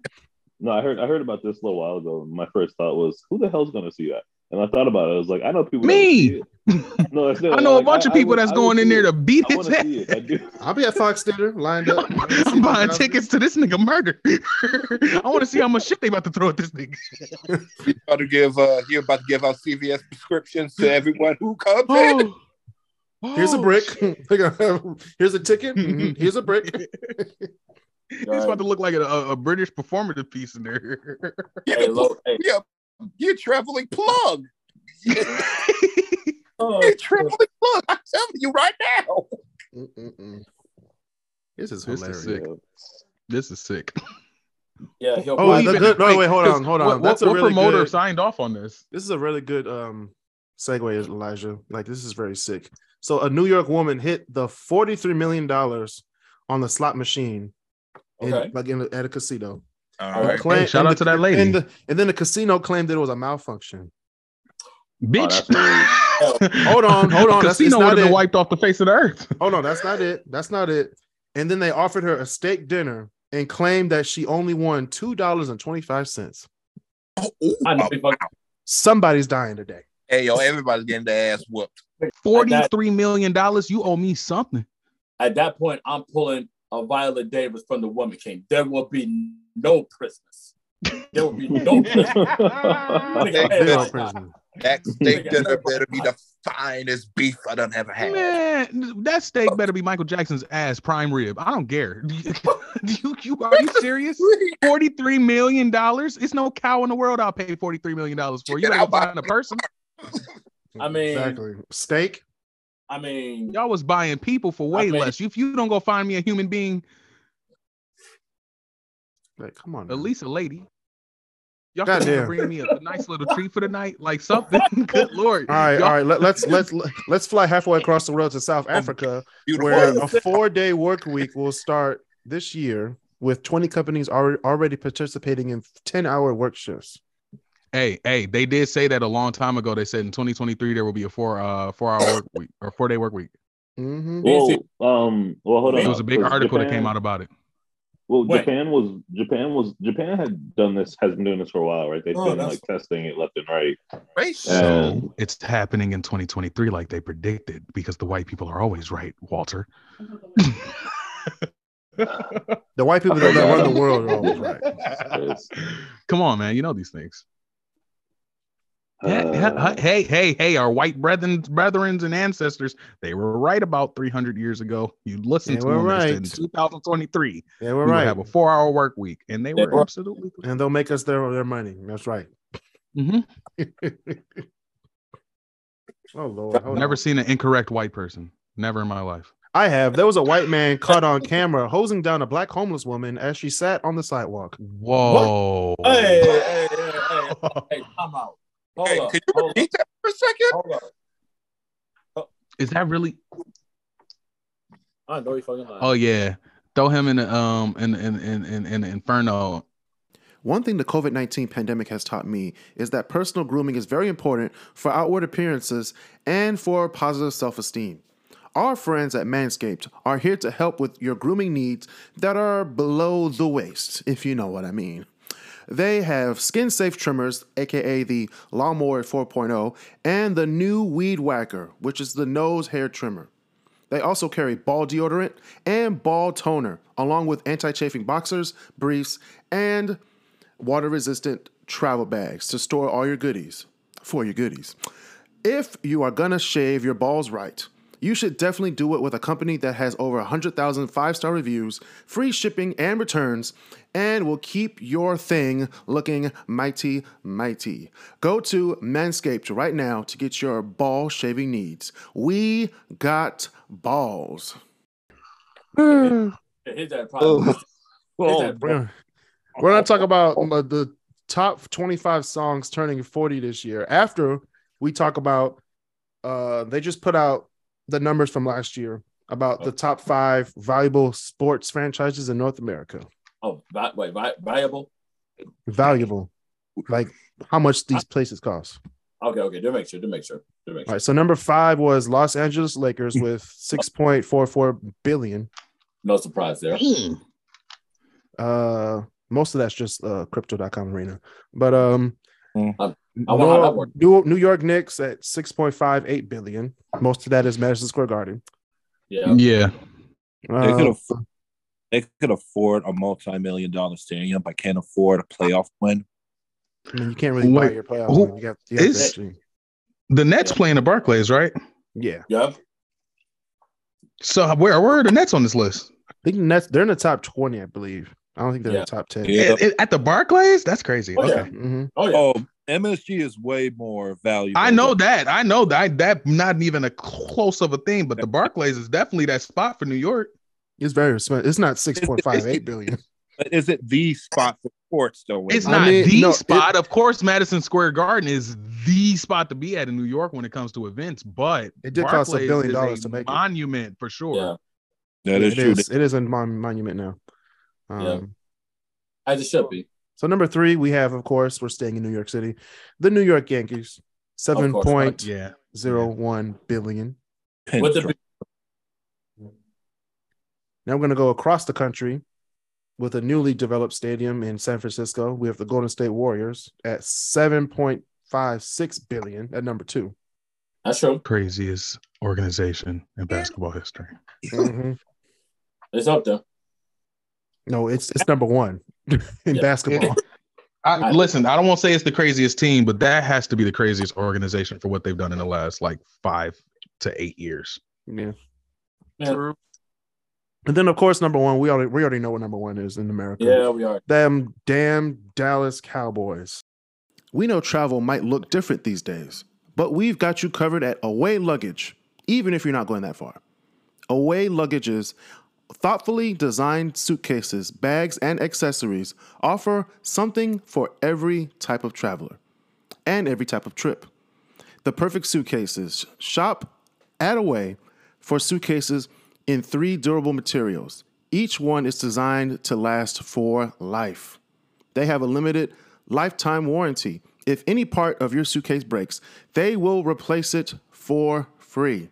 S5: No, I heard I heard about this a little while ago. My first thought was, who the hell's gonna see that? And I thought about it. I was like, I know people. that
S4: Me!
S5: would see it. No, that's, no,
S4: I know
S5: like,
S4: a bunch of
S5: I
S4: people
S5: would-
S4: that's
S5: I would
S4: going in
S5: see
S4: there
S5: it.
S4: to beat
S5: I
S4: his
S5: wanna
S4: ass.
S5: see it. I do.
S1: I'll be at Fox Theater lined up.
S4: I'm buying tickets to this nigga murder. I want to see how much shit they about to throw at this nigga.
S2: He's about to give uh he about to give out CVS prescriptions to everyone who comes in.
S4: Oh,
S1: Here's a
S4: Oh,
S1: brick.
S4: shit.
S1: They're gonna have- Here's a ticket. Mhm. Here's a brick.
S4: It's about to look like a, a a British performative piece in there.
S2: Get
S3: Hey,
S2: a,
S3: low, hey.
S2: yeah, you're traveling plug.
S3: Oh,
S2: You're traveling plug. I'm telling you right now.
S1: Mm-mm-mm. This is
S4: This is
S1: hilarious.
S4: sick.
S5: Oh,
S4: this is sick.
S3: yeah, he'll
S1: Oh,
S3: probably-
S1: the
S4: even-
S1: good- no, wait, hold
S4: 'cause
S1: on, hold on.
S4: What, what-
S1: That's a
S4: what
S1: really
S4: promoter
S1: good-
S4: signed off on this?
S1: This is a really good um segue, Elijah. Like this is very sick. So a New York woman hit the forty-three million dollars on the slot machine, in,
S3: Okay.
S1: like in at a casino.
S2: All
S3: right.
S1: Claim-
S4: Hey, shout
S1: and
S4: out
S1: the-
S4: to that lady.
S1: And, the, and then the casino claimed that it was a malfunction.
S4: Bitch.
S3: Oh,
S1: Hold on, hold on. That's- it's
S4: Casino
S1: not
S4: would have been
S1: it.
S4: wiped off the face of the earth.
S1: Oh no, that's not it. That's not it. And then they offered her a steak dinner and claimed that she only won two dollars and twenty-five cents.
S3: I know he fucking-
S1: Somebody's dying today.
S2: Hey yo, everybody's getting their ass whooped.
S4: Forty-three million dollars. You owe me something.
S3: At that point, I'm pulling a Viola Davis from the Woman King. There will be no prisoners. There will be no prisoners.
S5: Hey,
S2: Hey,
S1: Zero
S2: listen,
S1: prison.
S2: That steak dinner better be the finest beef I done ever had.
S4: Man, that steak better be Michael Jackson's ass prime rib. I don't care. you, you, are you serious? Forty-three million dollars. It's no cow in the world. I'll pay forty-three million dollars for you.
S2: Get
S4: Better
S2: out my-
S4: find a person.
S3: I mean-
S1: exactly. Steak.
S3: I mean,
S4: Y'all was buying people for way
S3: I mean-
S4: less. If you don't go find me a human being,
S1: Like, come on.
S4: at
S1: man.
S4: least a lady. Y'all
S1: God
S4: can
S1: damn.
S4: bring me a, a nice little treat for the night, like something. Good lord!
S1: All right,
S4: Y'all-
S1: all right. Let, let's let's let's fly halfway across the world to South Africa,
S2: Beautiful.
S1: where a four-day work week will start this year, with 20 companies already already participating in 10-hour work shifts.
S4: Hey, hey, they did say that a long time ago. They said in 2023 there will be a four uh four hour work week or four day work week.
S1: hmm
S5: well, um, well, hold on.
S4: It was a big
S5: Because
S4: article that
S5: Japan-
S4: came out about it.
S5: Well,
S3: Wait.
S5: Japan was Japan was Japan had done this has been doing this for a while, right? They've
S3: Oh,
S5: been
S3: that's-
S5: like testing it left and right.
S2: Racial.
S5: And-
S4: So it's happening in 2023 like they predicted because the white people are always right, Walter.
S1: The white people that, that run the world are always right.
S5: Yes.
S4: Come on, man, you know these things. Hey,
S5: Uh,
S4: hey, hey, hey, our white brethren, brethrens and ancestors, they were right about 300 years ago. You listen
S1: They
S4: to
S1: were
S4: them they said in
S1: right.
S4: 2023.
S1: Yeah, we're
S4: we will
S1: right.
S4: have a four hour work week. And they
S3: They
S4: were
S3: were-
S4: absolutely.
S1: and they'll make us their their money. That's right.
S4: Mhm.
S1: oh Lord, hold
S4: Never
S1: on.
S4: seen an incorrect white person. Never in my life.
S1: I have. There was a white man caught on camera hosing down a black homeless woman as she sat on the sidewalk.
S4: Whoa.
S3: hey, hey, hey, hey, hey, come out. Hold
S2: Hey,
S3: up,
S2: could you
S3: hold up,
S2: repeat that for a second?
S3: hold up.
S4: Is that really?
S3: I know he fucking lying.
S4: Oh, yeah. Throw him in the, um in in in in, in the inferno.
S1: One thing the COVID 19 pandemic has taught me is that personal grooming is very important for outward appearances and for positive self esteem. Our friends at Manscaped are here to help with your grooming needs that are below the waist, if you know what I mean. They have skin safe trimmers, aka the Lawnmower 4.0, and the new Weed Whacker, which is the nose hair trimmer. They also carry ball deodorant and ball toner, along with anti chafing boxers, briefs, and water resistant travel bags to store all your goodies for your goodies. If you are gonna shave your balls right, you should definitely do it with a company that has over 100,000 five star reviews, free shipping and returns, and will keep your thing looking mighty, mighty. Go to Manscaped right now to get your ball shaving needs. We got balls.
S3: Here's
S2: Oh.
S3: that problem.
S1: Well, we're, we're not talking about uh, the top 25 songs turning 40 this year. After we talk about, uh, they just put out the numbers from last year about the top five valuable sports franchises in North America.
S3: Oh, vi- wait, vi- viable?
S1: Valuable, like how much these places cost.
S3: Okay, okay, do make sure, do make sure, do make
S1: All
S3: sure.
S1: right. So number five was Los Angeles Lakers with 6.44 billion.
S3: No surprise there.
S1: Mm. Uh, most of that's just uh, crypto.com arena, but um,
S3: Um, I want how that
S1: Nor-
S3: works.
S1: New, New York Knicks at 6.58 billion. Most of that is Madison Square Garden.
S3: Yeah.
S4: Yeah.
S8: They could
S1: Uh,
S8: afford, they could afford a multi-million dollar stadium, but can't afford a playoff win.
S1: I mean, you can't really buy
S4: Wait,
S1: your playoff.
S4: who-
S1: win. You got, you got to
S4: is-
S1: actually-
S4: The Nets playing the Barclays, right?
S1: yeah.
S3: Yep.
S4: So where where are the Nets on this list?
S1: I think the Nets, they're in the top 20, I believe. I don't think they're
S3: Yeah.
S1: in the top 10.
S8: Yeah.
S4: At, at- at the Barclays? That's crazy.
S3: Oh, yeah.
S4: okay.
S1: hmm
S3: Oh yeah.
S8: Oh, MSG is way more valuable.
S4: I know that. I know that. That not even a close of a thing, but the Barclays is definitely that spot for New York.
S1: It's very expensive. It's not 6.58 billion.
S8: But is it the spot for sports though?
S4: It's
S1: I
S4: not
S1: mean,
S4: the
S1: no, it-
S4: spot. of course, Madison Square Garden is the spot to be at in New York when it comes to events, but
S1: It did cost a
S4: Barclays
S1: billion
S4: is
S1: dollars to make it.
S4: monument for sure.
S3: Yeah.
S8: that is
S1: it,
S8: true.
S1: is, it is a mon- monument now. Um,
S3: Yeah. As it should be.
S1: So number three, we have, of course, we're staying in New York City, the New York Yankees, seven
S3: course, right?
S1: point
S4: Yeah.
S1: zero one billion.
S8: Pinch
S3: With the
S8: drop.
S1: Now we're going to go across the country with a newly developed stadium in San Francisco. We have the Golden State Warriors at seven point five six billion at number 2
S3: that's true.
S4: Craziest organization in basketball history.
S1: Mhm.
S3: It's up there.
S1: No, it's it's number one in
S3: Yeah.
S1: basketball.
S4: I,
S3: I-
S4: listen, I don't want to say it's the craziest team, but that has to be the craziest organization for what they've done in the last like five to eight years.
S1: yeah.
S3: Yeah.
S4: True.
S1: And then, of course, number one, we already we already know what number one is in America.
S3: Yeah, we are.
S1: them damn Dallas Cowboys. We know travel might look different these days, but we've got you covered at Away Luggage, even if you're not going that far. Away Luggage's thoughtfully designed suitcases, bags, and accessories offer something for every type of traveler and every type of trip. The perfect suitcases. Shop at Away for suitcases in three durable materials. Each one is designed to last for life. They have a limited lifetime warranty. If any part of your suitcase breaks, they will replace it for free.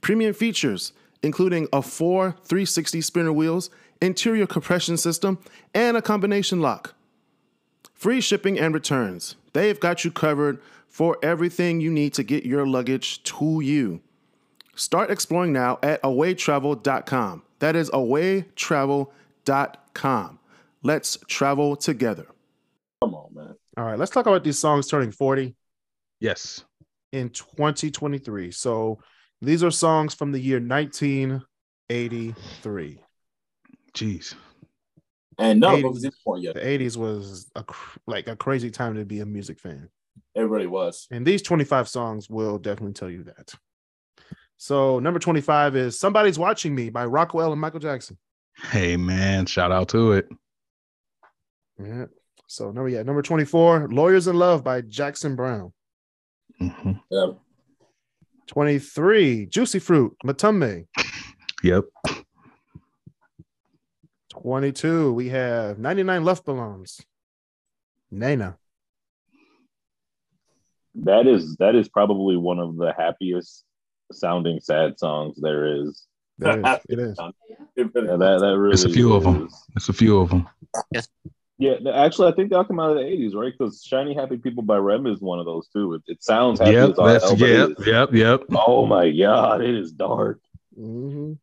S1: Premium features, including a four 360 spinner wheels, interior compression system, and a combination lock. Free shipping and returns. They've got you covered for everything you need to get your luggage to you. Start exploring now at awaytravel.com. That is awaytravel.com. Let's travel together.
S3: Come on, man.
S1: All right, let's talk about these songs turning 40
S4: Yes.
S1: in 2023. So these are songs from the year 1983.
S4: Jeez.
S3: And none of
S1: Eighty.
S3: them was even born yet.
S1: The 80s was a, cr- like a crazy time to be a music fan.
S3: It really was.
S1: And these 25 songs will definitely tell you that. So number 25 is Somebody's Watching Me by Rockwell and Michael Jackson.
S4: Hey man, shout out to it.
S1: Yeah. So number yeah, number 24, Lawyers in Love by Jackson Brown.
S4: Mhm.
S3: Yeah.
S1: 23, Juicy Fruit, Matumbe.
S4: Yep.
S1: 22, we have 99 Left Balloons. Nana.
S5: That is that is probably one of the happiest sounding sad songs there is.
S1: There it is. It is.
S3: It really
S5: Yeah, that that really
S4: There's a few of 'em.
S5: is-
S4: It's a few of them.
S5: Yeah, th- actually, I think that'll come out of the '80s, right? Because "Shiny Happy People" by Rem is one of those too. It, it sounds happy
S4: Yep.
S5: as all
S4: That's
S5: hell, but
S4: yep.
S5: it is-
S4: Yep. Yep.
S5: Oh my god, it is dark.
S1: Mhm.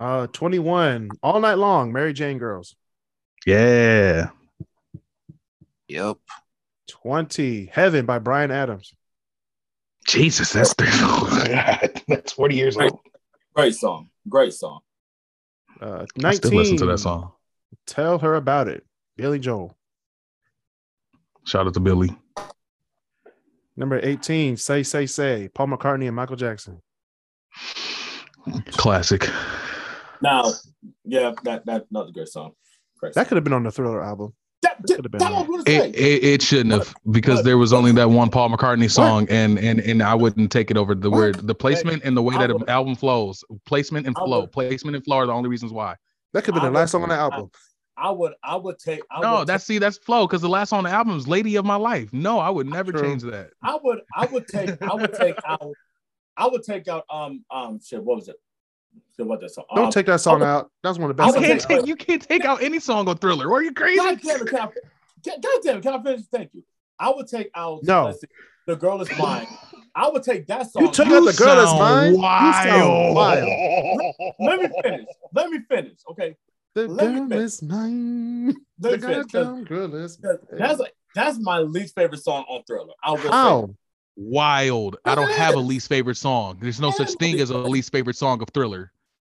S1: Uh 21, All Night Long, Mary Jane Girls.
S4: Yeah.
S8: Yep.
S1: 20, Heaven by Brian Adams.
S4: Jesus, that's that's 40 years old.
S3: Great song. Great song.
S1: Uh, 19,
S4: I still listen to that song.
S1: Tell her about it. Billy Joel.
S4: Shout out to Billy.
S1: Number 18, Say, Say, Say, Paul McCartney and Michael Jackson.
S4: Classic.
S3: Now, yeah, that that another great song. Great
S1: That
S3: song.
S1: could have been on the Thriller album.
S3: That,
S1: could have been
S3: that
S1: on
S3: was what I was
S4: It,
S3: saying.
S4: it, it shouldn't have because there was only that one Paul McCartney song, and and and I wouldn't take it over the word the placement and the way that an album flows. Placement and
S3: I
S4: flow.
S3: would-
S4: Placement and flow are the only reasons why.
S1: That could have
S3: I
S1: been the
S3: would-
S1: last song on the album.
S3: I would I would take I
S4: No,
S3: would
S4: that's see that's flow because the last song on the album is "Lady of My Life." No, I would never
S1: True.
S4: change that.
S3: take, I would I would take I would take out I would take out um um shit what was it? Shit, what that song?
S1: Don't
S3: um,
S1: take that song out. That's one of the
S3: I
S1: best
S4: You
S3: would
S1: songs.
S4: can't
S1: on the
S3: take-
S4: take you can't take out any song on Thriller. Are you crazy?
S3: God damn it, can I, God damn it, can I finish? Thank you. I would take out
S1: No.
S3: let's see, the girl is mine. I would take that song.
S1: You took out the girl that's mine.
S4: sound
S1: You sound
S4: wild.
S1: wild.
S3: Let me finish. Let me finish. Okay.
S1: The
S3: Let me
S1: girl
S3: think.
S1: is mine.
S3: Let
S1: The
S3: me finish. 'cause-
S1: goddamn girl is
S3: 'cause That's that's my least favorite song on Thriller. I will say.
S4: Oh,
S1: how.
S4: Wild. I don't
S3: It
S4: have a
S3: is.
S4: least favorite song. There's no
S3: It
S4: such
S3: is.
S4: thing as a least favorite song of Thriller.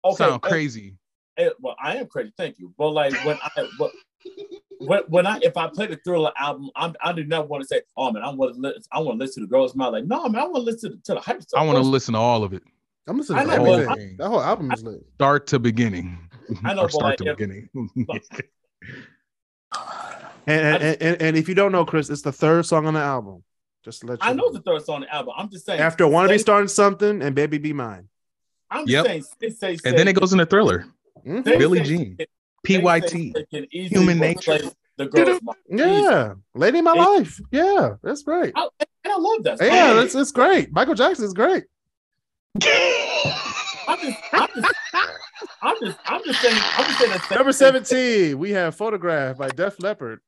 S3: Okay.
S4: Sound
S3: uh,
S4: crazy.
S3: uh, well, I am crazy. Thank you. But like when I what, when, when I if I play the Thriller album, I'm, I do not want to say, oh man, I want to listen. I want to listen to the girl's mouth. Like no, man, I want to listen to, the hype.
S4: I
S3: stuff
S4: want to
S3: first.
S4: listen to all of it,
S1: I'm listening
S3: I
S1: to
S3: know, but
S1: everything.
S4: I-
S1: that whole album is lit.
S4: start to beginning.
S3: I know,
S4: Or
S3: but
S4: start
S3: like,
S4: to
S3: if-
S4: beginning.
S1: And
S3: I
S1: and, and and if you don't know, Chris, it's the third song on the album. Just to let you
S3: I know the third song on the album. I'm just saying.
S1: After wanna be
S3: say-
S1: starting something and baby be mine.
S4: Yep.
S3: I'm just saying. Say, say, say,
S4: and then it goes into Thriller.
S1: Mhm.
S3: They
S4: Billie
S3: say-
S4: Jean.
S3: they say
S4: PYT.
S3: they can easily
S4: Human nature.
S3: replace The girl's mouth. Easy.
S1: Yeah, lady, in my
S3: It-
S1: life. Yeah, that's great.
S3: I, and I love that. song.
S1: Yeah, that's it's great. Michael Jackson is great.
S3: I'm just, I'm just, I'm just, I'm just saying, I'm just saying. the same
S1: Number
S3: thing.
S1: seventeen, we have "Photograph" by Def Leppard,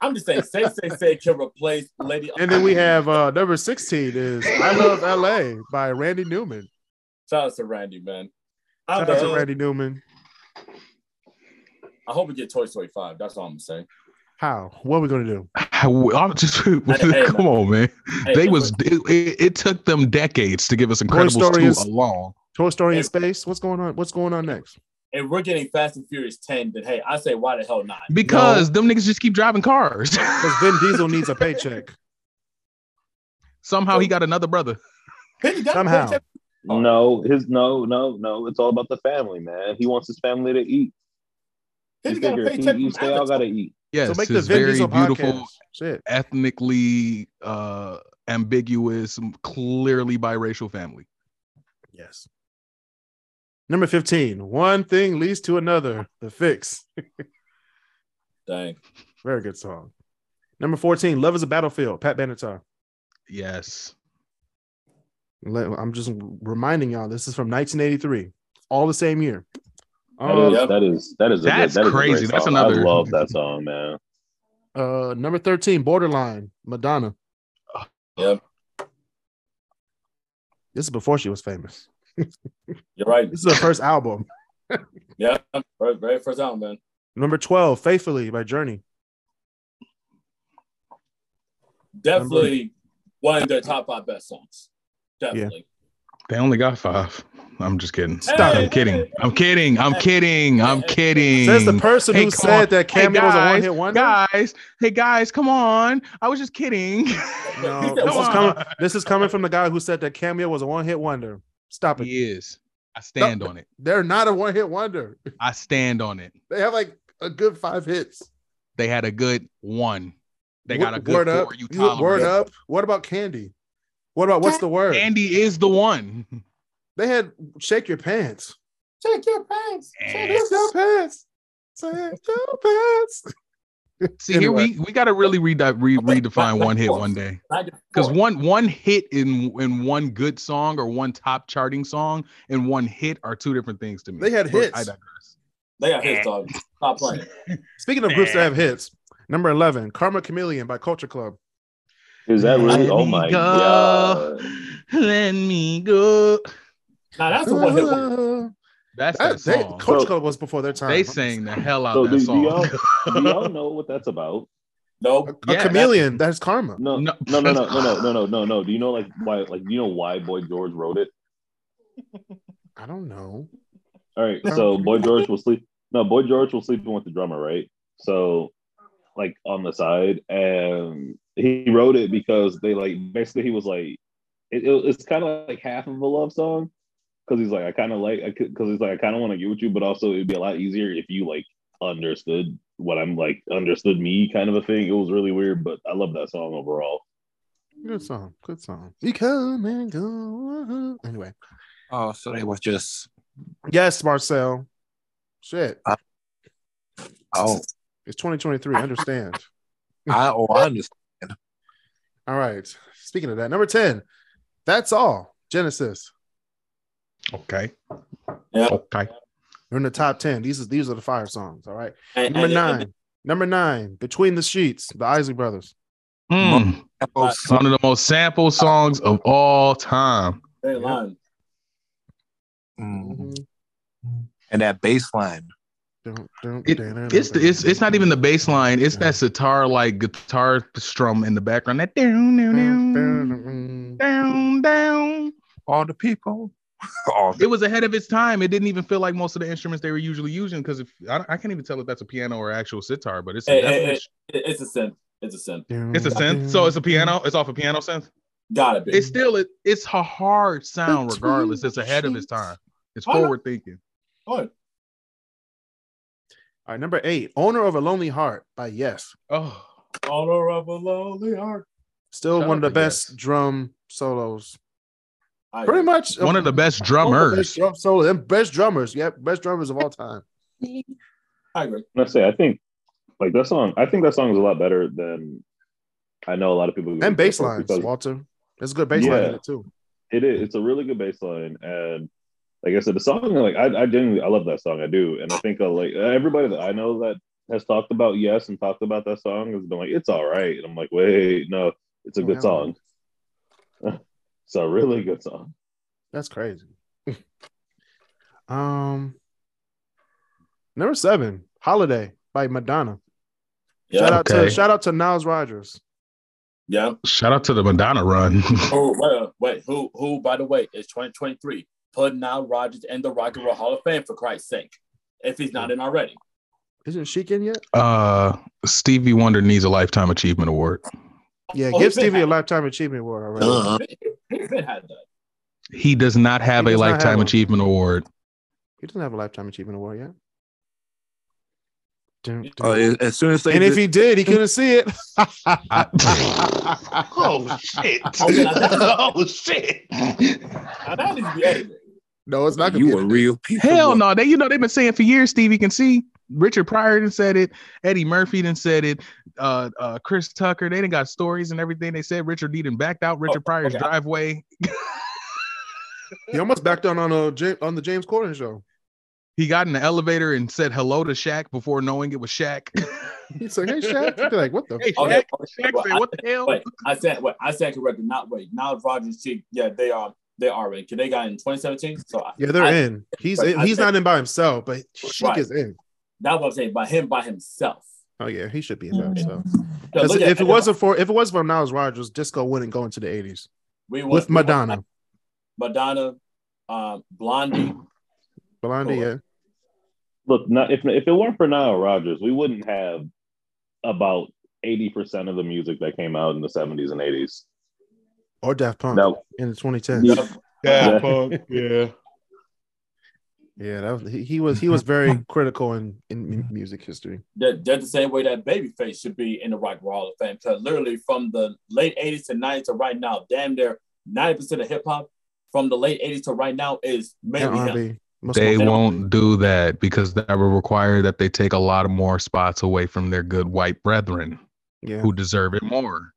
S3: I'm just saying, say, say, say can replace Lady.
S1: and then we have uh number sixteen is "I Love L.A." by Randy Newman.
S3: Shout out to Randy, man. I'm
S1: Shout out to
S3: done.
S1: Randy Newman.
S3: I hope we get Toy Story Five. That's all I'm saying.
S1: How? What are we gonna do?
S4: I, am oh, just come
S3: hey, man.
S4: on, man.
S3: Hey,
S4: they
S3: man,
S4: was it, it, it took them decades to give us Incredibles
S1: Story
S4: two
S1: is-
S4: along.
S1: Toy Story in
S3: Hey.
S1: space. What's going on? What's going on next?
S3: If we're getting Fast and Furious Ten, then hey, I say, why the hell not?
S4: Because them niggas just keep driving cars.
S1: Because Vin Diesel needs a paycheck
S4: Somehow he got another brother.
S3: Then you got-
S1: somehow.
S5: No, his no, no, no. It's all about the family, man. He wants his family to eat.
S3: Then
S5: You
S3: you got
S5: figure
S3: a
S5: if he
S3: paycheck
S5: eats,
S3: from
S5: they all
S3: Avatar.
S5: gotta eat.
S4: Yes,
S1: so make the
S4: his
S1: Vin
S4: very
S1: Diesel
S4: beautiful,
S1: podcast. Shit.
S4: ethnically uh, ambiguous, clearly biracial family.
S1: Yes. Number fifteen. One thing leads to another. The fix.
S3: Dang.
S1: Very good song. Number fourteen. Love is a battlefield. Pat Benatar.
S4: Yes,
S1: Let- I'm just reminding y'all. This is from 1983. All the same year.
S5: That
S1: Um,
S5: is
S3: Yep.
S5: that is that is a good-
S4: Oh, That's
S5: that is a great
S4: crazy. That's
S5: song.
S4: another-
S5: I love that song, man.
S1: uh, number thirteen. Borderline. Madonna.
S3: Yep.
S1: This is before she was famous.
S3: You're right.
S1: This is her first album.
S3: Yeah. Very, very first album, man.
S1: Number twelve. Faithfully by Journey.
S3: Definitely one of their top five best songs. Definitely.
S4: they only got five. I'm just kidding.
S1: Stop
S3: Hey,
S4: I'm kidding.
S3: hey,
S4: I'm kidding. I'm
S3: Hey.
S4: kidding. I'm
S3: Hey.
S4: kidding.
S1: Says the person
S4: Mm. Hey,
S1: who
S4: come
S1: said
S4: on.
S1: that
S4: Hey,
S1: Cameo was a
S4: guys,
S1: one-hit wonder.
S4: guys, hey guys, come on. I was just
S1: No,
S4: kidding.
S3: He
S1: this
S3: said,
S1: is
S3: "Why?"
S1: coming. This is coming from the guy who said that Cameo was a one-hit wonder. Stop it.
S4: He is. I stand on it.
S1: They're not a one-hit wonder.
S4: I stand on it.
S1: They have like a good five hits.
S4: They had a good one. They got a good
S1: word up.
S4: four. You
S1: You- word
S4: tolerate.
S1: up. What about Candy? What about what's the word?
S4: Andy is the one.
S1: They had shake your pants.
S3: Check your pants.
S1: Shake your pants. Shake your pants.
S4: See,
S1: Anyway.
S4: here we we got to really re- re- redefine one hit one day because one one hit in in one good song or one top charting song and one hit are two different things to me.
S1: They had
S4: But
S1: hits.
S4: I digress.
S3: They got his dog. Stop playing.
S1: Speaking of groups that have hits, number eleven, Karma Chameleon by Culture Club.
S5: Is that really? Oh my god.
S4: Let me go.
S3: Now that's the one hit one.
S1: Uh,
S4: That's
S1: That-
S4: that
S1: they-
S4: song.
S1: Culture
S5: So-
S1: Club was before their time.
S4: they sang the hell out
S5: So
S4: of
S5: do,
S4: Oh, that
S5: do y'all
S4: song.
S5: do y'all know what that's about?
S1: a,
S3: No.
S1: a
S4: Yeah, that-
S1: chameleon. That's karma.
S5: No,
S4: No.
S5: no, no, no, no, no, no, no, no, no. Do you know like why? Like do you know why Boy George wrote it?
S1: I don't know.
S5: All right, so Boy George was sleep. No, Boy George was sleeping with the drummer, right? So, like on the side, and he wrote it because they like basically he was like, it, it- it's kind of like half of a love song because he's like, I kind of like, because he's like, I kind of want to get with you, but also it'd be a lot easier if you like understood what I'm like, understood me, kind of a thing. It was really weird, but I love that song overall.
S1: Good song. Good song. You come and go. Anyway.
S8: Oh, so they was just
S1: Yes, Marcel. Shit.
S8: oh
S1: It's 2023. I understand.
S8: I oh I understand.
S1: All right. Speaking of that, number 10. That's all. Genesis.
S4: Okay.
S3: Yeah.
S4: Okay.
S1: We're in the top 10. These are these are the fire songs. All right.
S3: And-
S1: Number
S3: and-
S1: nine. Number nine, Between the Sheets, the Isley Brothers.
S4: Mm,
S2: Oh,
S4: it's one of the most sampled songs of all time.
S3: They ain't lying.
S2: mm.
S8: and that bass line.
S1: Dun, dun,
S4: It,
S1: dun,
S4: it's the,
S1: dun,
S4: it's it's not even the bass line. It's
S1: Yeah.
S4: that sitar like guitar strum in the background. That down
S1: dun,
S4: down
S1: dun,
S4: down
S1: dun, dun.
S4: down down.
S8: All the people. All
S4: It was ahead of its time. It didn't even feel like most of the instruments they were usually using because if I, don't- I can't even tell if that's a piano or actual sitar, but it's a
S3: Hey, hey,
S4: definite
S3: hey.
S4: sh-
S3: It- It's a sin. It's a sin.
S1: Dun,
S4: it's a synth.
S1: dun,
S4: So it's a
S1: dun.
S4: piano. It's off a piano synth.
S3: Gotta be.
S4: It's still it, it's a hard sound
S1: Between
S4: regardless. It's
S1: the
S4: ahead of its
S1: sheets.
S4: time. It's
S3: I know.
S4: forward thinking.
S3: Oh,
S1: All right, number eight, Owner of a Lonely Heart by Yes.
S4: Oh,
S3: honor of a lonely heart.
S1: Still
S4: Shout
S1: one
S4: out
S1: of the
S4: to
S1: best
S4: Yes.
S1: drum solos.
S3: I-
S1: Pretty much uh,
S4: one of the best
S1: one of the best
S4: drummers.
S1: drum solo, and best drummers. Yep, best drummers of all time.
S3: I agree.
S5: I say, I think like that song. I think that song is a lot better than I know a lot of people. give
S1: And
S5: it credit
S1: bass
S5: for
S1: lines,
S5: because
S1: Walter. There's a good bass line in
S5: Yeah.
S1: it too.
S5: It is. It's a really good bass line. And like I said, the song, like I, I genuinely, I love that song. I do. And I think uh, like everybody that I know that has talked about Yes and talked about that song has been like, it's all right. And I'm like, wait, no, it's a
S1: Oh,
S5: good
S1: hell
S5: song. it's a really good song.
S1: That's crazy. um, number seven, Holiday by Madonna. Shout
S3: Yeah.
S1: out to
S4: Okay.
S1: shout out to Niles Rogers.
S3: Yeah.
S4: Shout out to the Madonna run.
S3: Oh, wait, wait, who, who, by the way, is 2023 putting out Rodgers and the Rock and Roll Hall of Fame for Christ's sake, if he's not in already.
S1: Isn't Sheik in yet?
S4: uh, Stevie Wonder needs a lifetime achievement award.
S1: Yeah,
S3: Oh,
S1: give
S3: he's been
S1: Stevie a
S3: had-
S1: lifetime achievement award already.
S8: uh
S3: He's been had that.
S4: He does not have
S1: He
S4: a
S1: does not have
S4: lifetime
S1: one.
S4: achievement award.
S1: He doesn't have a lifetime achievement award yet. Dun, dun.
S8: Oh, as- as soon as they
S1: and
S8: did,
S1: if he did, he couldn't see it.
S4: I-
S1: oh shit!
S3: Oh, yeah, I-
S4: shit!
S3: Now, that needs to be edited.
S1: No, it's not gonna
S8: you
S1: be.
S8: a real piece of
S4: Hell
S8: work.
S4: no! They you know they've been saying for years. Stevie can see. Richard Pryor done said it. Eddie Murphy done said it. Uh, uh, Chris Tucker. They done got stories and everything. They said Richard D done backed out Richard Pryor's
S3: okay.
S4: driveway.
S1: He almost backed down on a Ja- on the James Corden show.
S4: He got in the elevator and said hello to Shaq before knowing it was Shaq.
S1: He's like, "Hey, Shaq." He'd be like, "What the?"
S4: hey,
S3: Okay,
S4: Shaq. Shaq said, "What the hell?"
S3: Wait, I said, wait, I said correctly. Not wait, now Rodgers, Cheek, yeah, they are, they are in. 'Cause They got in 2017, so I,
S1: Yeah, they're
S3: I-
S1: in. He's
S3: Right,
S1: in.
S3: I
S1: he's
S3: think-
S1: not in by himself, but Sheik
S3: Right.
S1: is in.
S3: that's what I'm saying. By him, by himself.
S1: Oh yeah, he should be in by himself.
S3: So
S1: Because
S3: look at-
S1: if it wasn't for if it wasn't for Niles Rogers, disco wouldn't go into the '80s
S3: we went-
S1: with
S3: we went
S1: Madonna,
S3: Madonna, um, Blondie,
S1: Blondie. Yeah.
S5: Look, not, if, if it weren't for Nile Rodgers, we wouldn't have about 80% of the music that came out in the 70s and 80s.
S1: or Daft Punk
S5: That,
S1: in the 2010s.
S5: yeah, Yeah.
S4: Punk. Yeah.
S1: Yeah, that was, he, he was he was very critical in, in mu- music history.
S3: they're, they're the same way that Babyface should be in the Rock and Roll Hall of Fame. Because literally from the late 80s to 90s to right now, damn near 90% of hip hop from the late 80s to right now is
S1: And
S3: mainly him.
S1: R&B. Most
S4: They
S1: most-
S4: won't do that because that would require that they take a lot of more spots away from their good white brethren
S1: yeah.
S4: who deserve it more.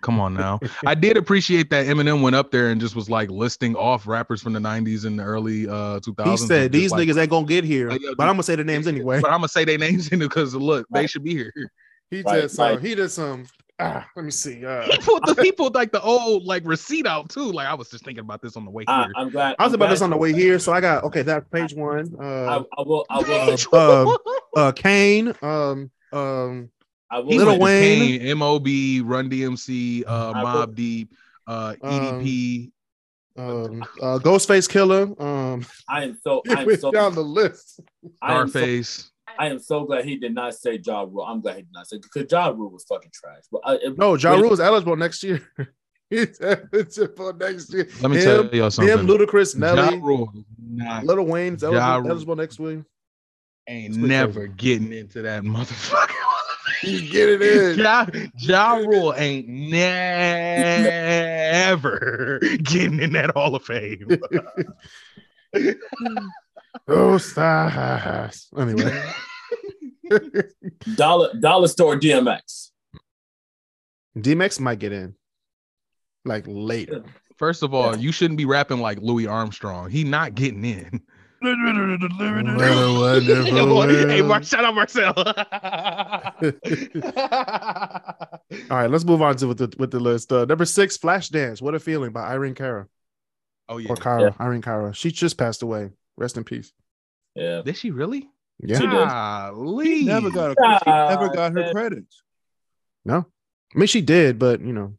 S4: Come on now. I did appreciate that Eminem went up there and just was like listing off rappers from the 90s and the early uh 2000s.
S1: He said
S4: and just,
S1: these
S4: like,
S1: niggas ain't gonna get here,
S3: uh,
S4: Like, yo,
S1: but I'm gonna say the names anyway.
S4: But I'm gonna say their names in it because look, they
S3: Right.
S4: should be here.
S1: He
S3: Right,
S1: did some.
S3: right.
S1: He did some. Ah, let me see. Uh,
S4: He pulled the he pulled like the old like receipt out too. Like I was just thinking about this on the way
S3: I,
S4: here.
S3: I'm glad.
S1: I was
S3: I'm
S1: about
S3: glad-
S1: this on the way here, so I got okay. That page one.
S3: I,
S1: Uh,
S3: I will. I will.
S1: uh, um, uh, Kane. Um, um,
S3: I will.
S4: He
S1: Little
S4: went to
S1: Wayne.
S4: Kane, MOB, Run DMC, uh,
S3: I
S4: Mob
S3: will-
S4: Deep, uh,
S1: Um,
S4: EDP.
S1: um, uh, Ghostface Killer. Um,
S3: I am so. I
S1: it
S3: am
S1: went
S3: so.
S1: down the list.
S3: I am so,
S4: Starface.
S3: I am so glad he did not say Ja Rule. I'm glad he did not say because Ja Rule was fucking trash. But I, it,
S1: No, Ja
S3: Wait.
S1: Rule is eligible next year. He's eligible next year.
S4: Let me
S1: him,
S4: tell y'all something.
S1: Him, Ludacris,
S4: Ja
S1: Nelly,
S4: Rule is not,
S1: Little Wayne's eligible,
S4: Ja Rule.
S1: eligible next week.
S4: ain't
S1: It's pretty
S4: never getting into that motherfucker.
S1: He's getting in.
S4: Ja, ja Rule ain't never getting in that Hall of Fame.
S1: Oh, stars. Anyway,
S3: dollar dollar store DMX.
S1: DMX might get in like later.
S4: First of all, you shouldn't be rapping like Louis Armstrong. He not getting in. Oh,
S1: What a wonderful
S4: hey, Mar-
S1: world.
S4: shout out Marcel.
S1: All right, let's move on to with the with the list. Uh, number six, Flashdance. What a feeling by Irene Cara
S4: Oh yeah.
S1: or Cara. Irene Cara. She just passed away. Rest in peace.
S3: Yeah.
S4: Did she really?
S1: Yeah.
S3: She did.
S4: Golly.
S8: She never got a, she never got her
S3: God.
S8: credits.
S1: No, I mean she did, but you know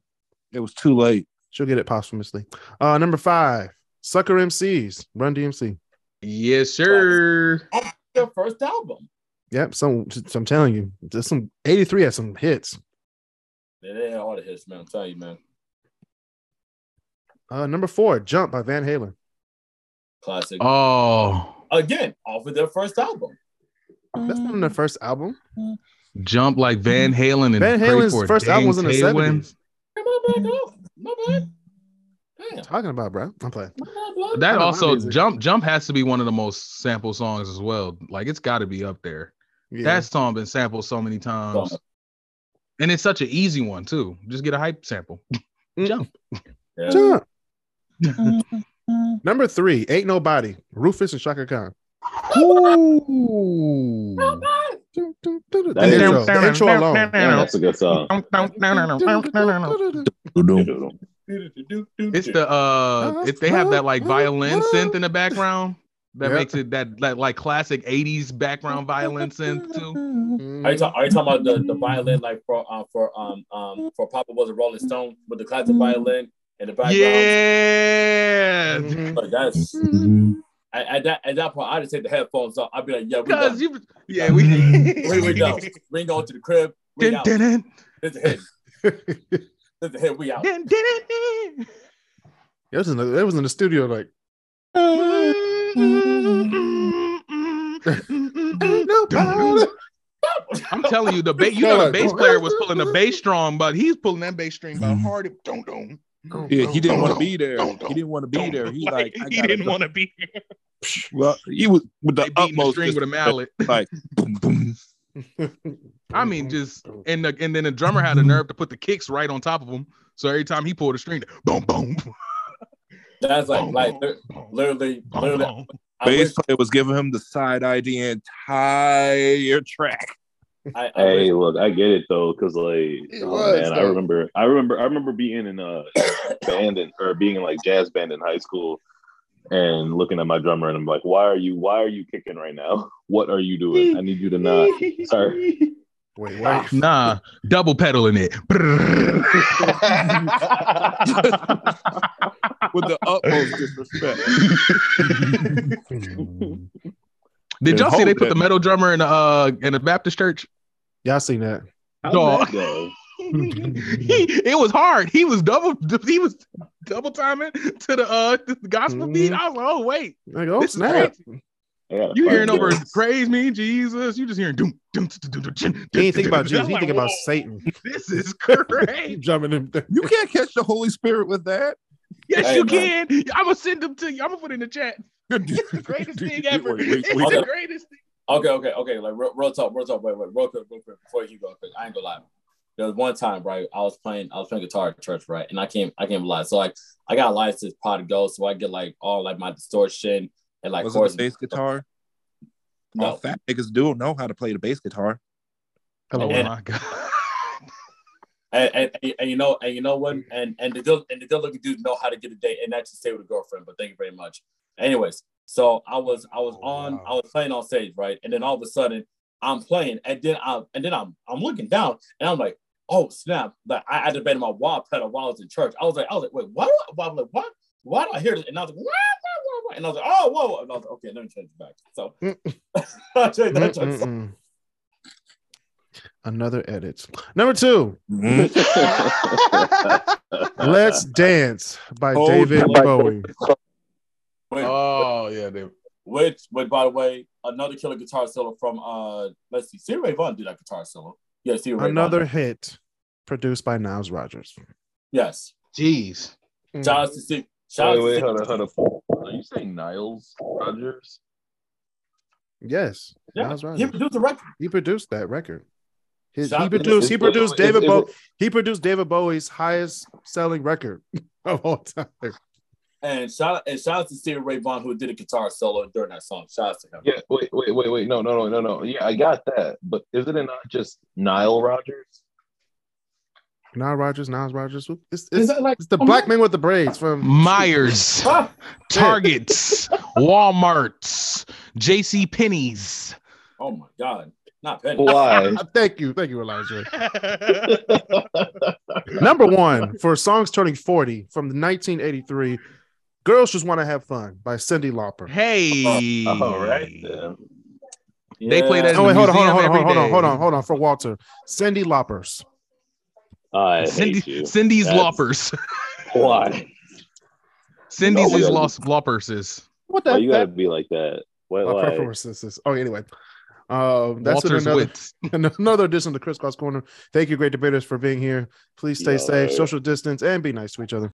S8: It was too late.
S1: she'll get it posthumously. Uh, number five, Sucker MCs. Run DMC.
S4: Yes, sir.
S3: Their first album.
S1: Yep. So, so I'm telling you, there's some 83 had some hits.
S3: Yeah, they had all the hits, man. I'm telling you, man.
S1: Uh, number four, Jump by Van Halen.
S3: Classic.
S4: Oh,
S3: Again, off of their first album.
S1: That's not on their first album.
S4: jump like Van Halen and
S1: Van
S4: Pray
S1: Halen's
S4: for a
S1: first album
S4: Dang
S1: was in the
S4: Tailwind.
S1: 70s.
S3: Hey, my bad,
S8: Mm.
S3: dog. My bad. Damn.
S1: Talking about, bro. I'm playing.
S3: My bad, blood.
S1: I
S4: That
S1: know my
S4: also
S1: music.
S4: jump jump has to be one of the most sample songs as well. Like it's got to be up there.
S1: Yeah.
S4: That song been sampled so many times, and it's such an easy one too. Just get a hype sample. jump.
S3: Yeah.
S1: Jump. number three, Ain't Nobody. Rufus and Shaka Khan.
S4: Ooh.
S1: Do, do, do, do. The
S5: That is-
S1: intro, the intro alone.
S5: Yeah, that's a good song.
S4: It's the uh, if they have that like violin synth in the background that
S1: Yeah.
S4: makes it that that like classic '80s background violin synth too.
S3: Are you, ta- are you talking about the, the
S8: Mm.
S3: violin like for um for um um for Papa was a Rolling Stone with the classic violin and the background?
S4: Yeah.
S1: Mhm.
S3: But that's at, at that at that point I just take the headphones off. I'd be like, yeah, we done.
S4: Cause you, yeah, we
S3: we we done. We ain't going to the crib. We
S4: Dun,
S3: out.
S4: dun, dun,
S3: This is hit. This is hit. We out.
S4: dun, dun, dun,
S1: It was in the, it was in the studio like
S4: dun.
S1: nobody.
S4: I'm telling you, the ba- you know the
S1: Cause-
S4: bass player was pulling the bass strum, but he's pulling that bass string by hard. Don't don't.
S8: Yeah, he didn't want to be there. He didn't want to be there. He like, I
S4: he
S8: gotta
S4: didn't
S8: go.
S4: want to be. here.
S8: Well, he was with
S4: They
S8: the
S4: beat the
S8: utmost.
S4: string with a mallet.
S8: like, boom, boom.
S4: I
S1: Mm-hmm.
S4: mean, just and the and then the drummer had the nerve to put the kicks right on top of him. So every time he pulled the string, boom, boom,
S3: That's like
S4: boom,
S3: like
S4: boom,
S3: li-
S4: boom,
S3: literally
S4: boom,
S3: literally.
S4: boom.
S3: I
S8: bass
S3: wish,
S8: player was giving him the side eye the entire track.
S3: I, I
S5: Hey,
S3: wish,
S5: look, I get it though, because like,
S2: It
S5: oh,
S2: was,
S5: man, I
S2: though.
S5: remember, I remember, I remember being in a band in, or being in like jazz band in high school, and looking at my drummer, and I'm like, why are you, why are you kicking right now? What are you doing? I need you to not. Sorry,
S1: Wait, wait.
S4: Nah, double pedaling it.
S8: With the utmost disrespect.
S4: Did y'all
S8: And
S4: see they
S8: hold
S4: put
S8: it.
S4: the metal drummer in the uh in the Baptist church?
S1: Y'all seen that?
S5: How'd
S4: Dog.
S5: that go?
S4: he, it was hard. He was double he was double timing to the uh to the gospel beat. I was like, oh wait,
S1: Like, oh
S4: This is
S1: Mm-hmm. snap!
S5: I gotta
S4: you
S5: find
S4: hearing over
S5: this.
S4: praise me, Jesus. You just hearing doom doom doom doom doom. doom
S1: He ain't thinking about Jesus.
S4: I'm
S1: He
S4: like,
S1: thinking about
S4: whoa,
S1: Satan.
S4: This is
S1: He
S4: great.
S1: jumping him.
S8: You can't catch the Holy Spirit with that.
S4: yes,
S3: Hey,
S4: you
S3: man.
S4: can. I'm gonna send them to you. I'm gonna put it in the chat. It's the greatest thing ever.
S8: Wait, wait,
S4: it's
S8: wait.
S4: the greatest thing.
S3: okay, okay, okay. Like real, real talk, real talk. Wait, wait, real quick, real quick. Before you go, quick, I ain't gonna lie. There was one time, right? I was playing, I was playing guitar at church, right? And I can't, I can't lie. So like, I got a license pot of gold, so I get like all like my distortion and like
S8: Was it
S3: chords.
S8: the bass guitar? All
S3: No,
S8: fat niggas do know how to play the bass guitar.
S4: Oh
S3: And-
S4: my god.
S3: and, and, and, and you know, and you know what? And and the good and the good looking dudes know how to get a date and not just stay with a girlfriend. But thank you very much. Anyways, so I was I was
S1: Oh,
S3: on
S1: wow.
S3: I was playing on stage, right? And then all of a sudden I'm playing, and then I and then I'm I'm looking down, and I'm like, oh snap! Like I, I debated my wah pedal while I was in church. I was like, I was like, wait, what? I'm like, what? Why do I hear this? And I was like, wah, wah, wah, wah. and I was like, oh, whoa! And I was like, okay, let me change it back. So I changed that. changed-
S1: Mm-mm-mm. Another edit. Number two, Let's Dance by
S8: Oh,
S1: David
S8: my
S1: Bowie.
S3: Wait,
S4: Oh yeah, they
S3: Which, which by the way, another killer guitar solo from uh let's see, C. Ray Vaughn did that guitar solo. Yeah, C. Ray
S1: Another
S3: Vaughan.
S1: hit produced by Niles Rogers.
S3: Yes.
S4: jeez.
S3: Shout out to C. Shout
S5: Wait, wait,
S3: out
S5: hold
S3: to
S5: on, hold on. Are you saying Niles Rogers?
S1: Yes,
S3: Yeah,
S1: Niles
S3: C. He
S1: Rogers.
S3: produced the record.
S1: He produced that record. His,
S3: Shout
S1: he
S3: out to-
S1: produced. He
S5: Is-
S1: produced
S5: is-
S1: David.
S5: is-
S1: Bowie. he produced David Bowie's highest selling record of all time.
S3: And shout and shout out to Stevie Ray Vaughan who did a guitar solo during that song. Shout out to him.
S5: Yeah, wait, wait, wait, wait. No, no, no, no, no. Yeah, I got that. But isn't it not just Nile Rogers?
S1: Nile Rogers, Niles Rogers. It's, it's,
S3: Is that like
S1: it's the
S3: oh,
S1: black
S3: my-
S1: man with the braids from
S4: Myers,
S3: Huh?
S4: Targets, Walmarts, J.C. Penney's.
S3: Oh my God. Not Penny.
S5: Why?
S1: Uh, Thank you, thank you, Elijah. Number one for songs turning forty from the 1983, "Girls Just Want to Have Fun" by Cindy Lauper.
S4: Hey,
S5: Oh, All right. Then.
S4: They play that-
S1: Oh wait, hold on, hold on,
S4: Museum
S1: hold on,
S4: every
S1: hold on,
S4: day.
S1: hold on, hold on. For Walter, Cindy Lauper's.
S5: I hate
S4: Cindy,
S5: you.
S4: Cindy's
S5: That's- Oh,
S4: loppers.
S5: Why?
S4: Cindy's
S5: No, we
S4: is
S5: are-
S4: lost lopperses.
S1: What
S5: Why
S1: the?
S5: you
S1: heck?
S5: gotta be like that? Why?
S1: My
S5: why?
S1: preferences is- Oh, anyway. Um, that's been
S4: Walter's
S1: another
S4: wits.
S1: another edition of the Crisscross Corner. Thank you, great debaters, for being here. Please stay
S5: Yeah,
S1: safe,
S5: right.
S1: social distance, and be nice to each other.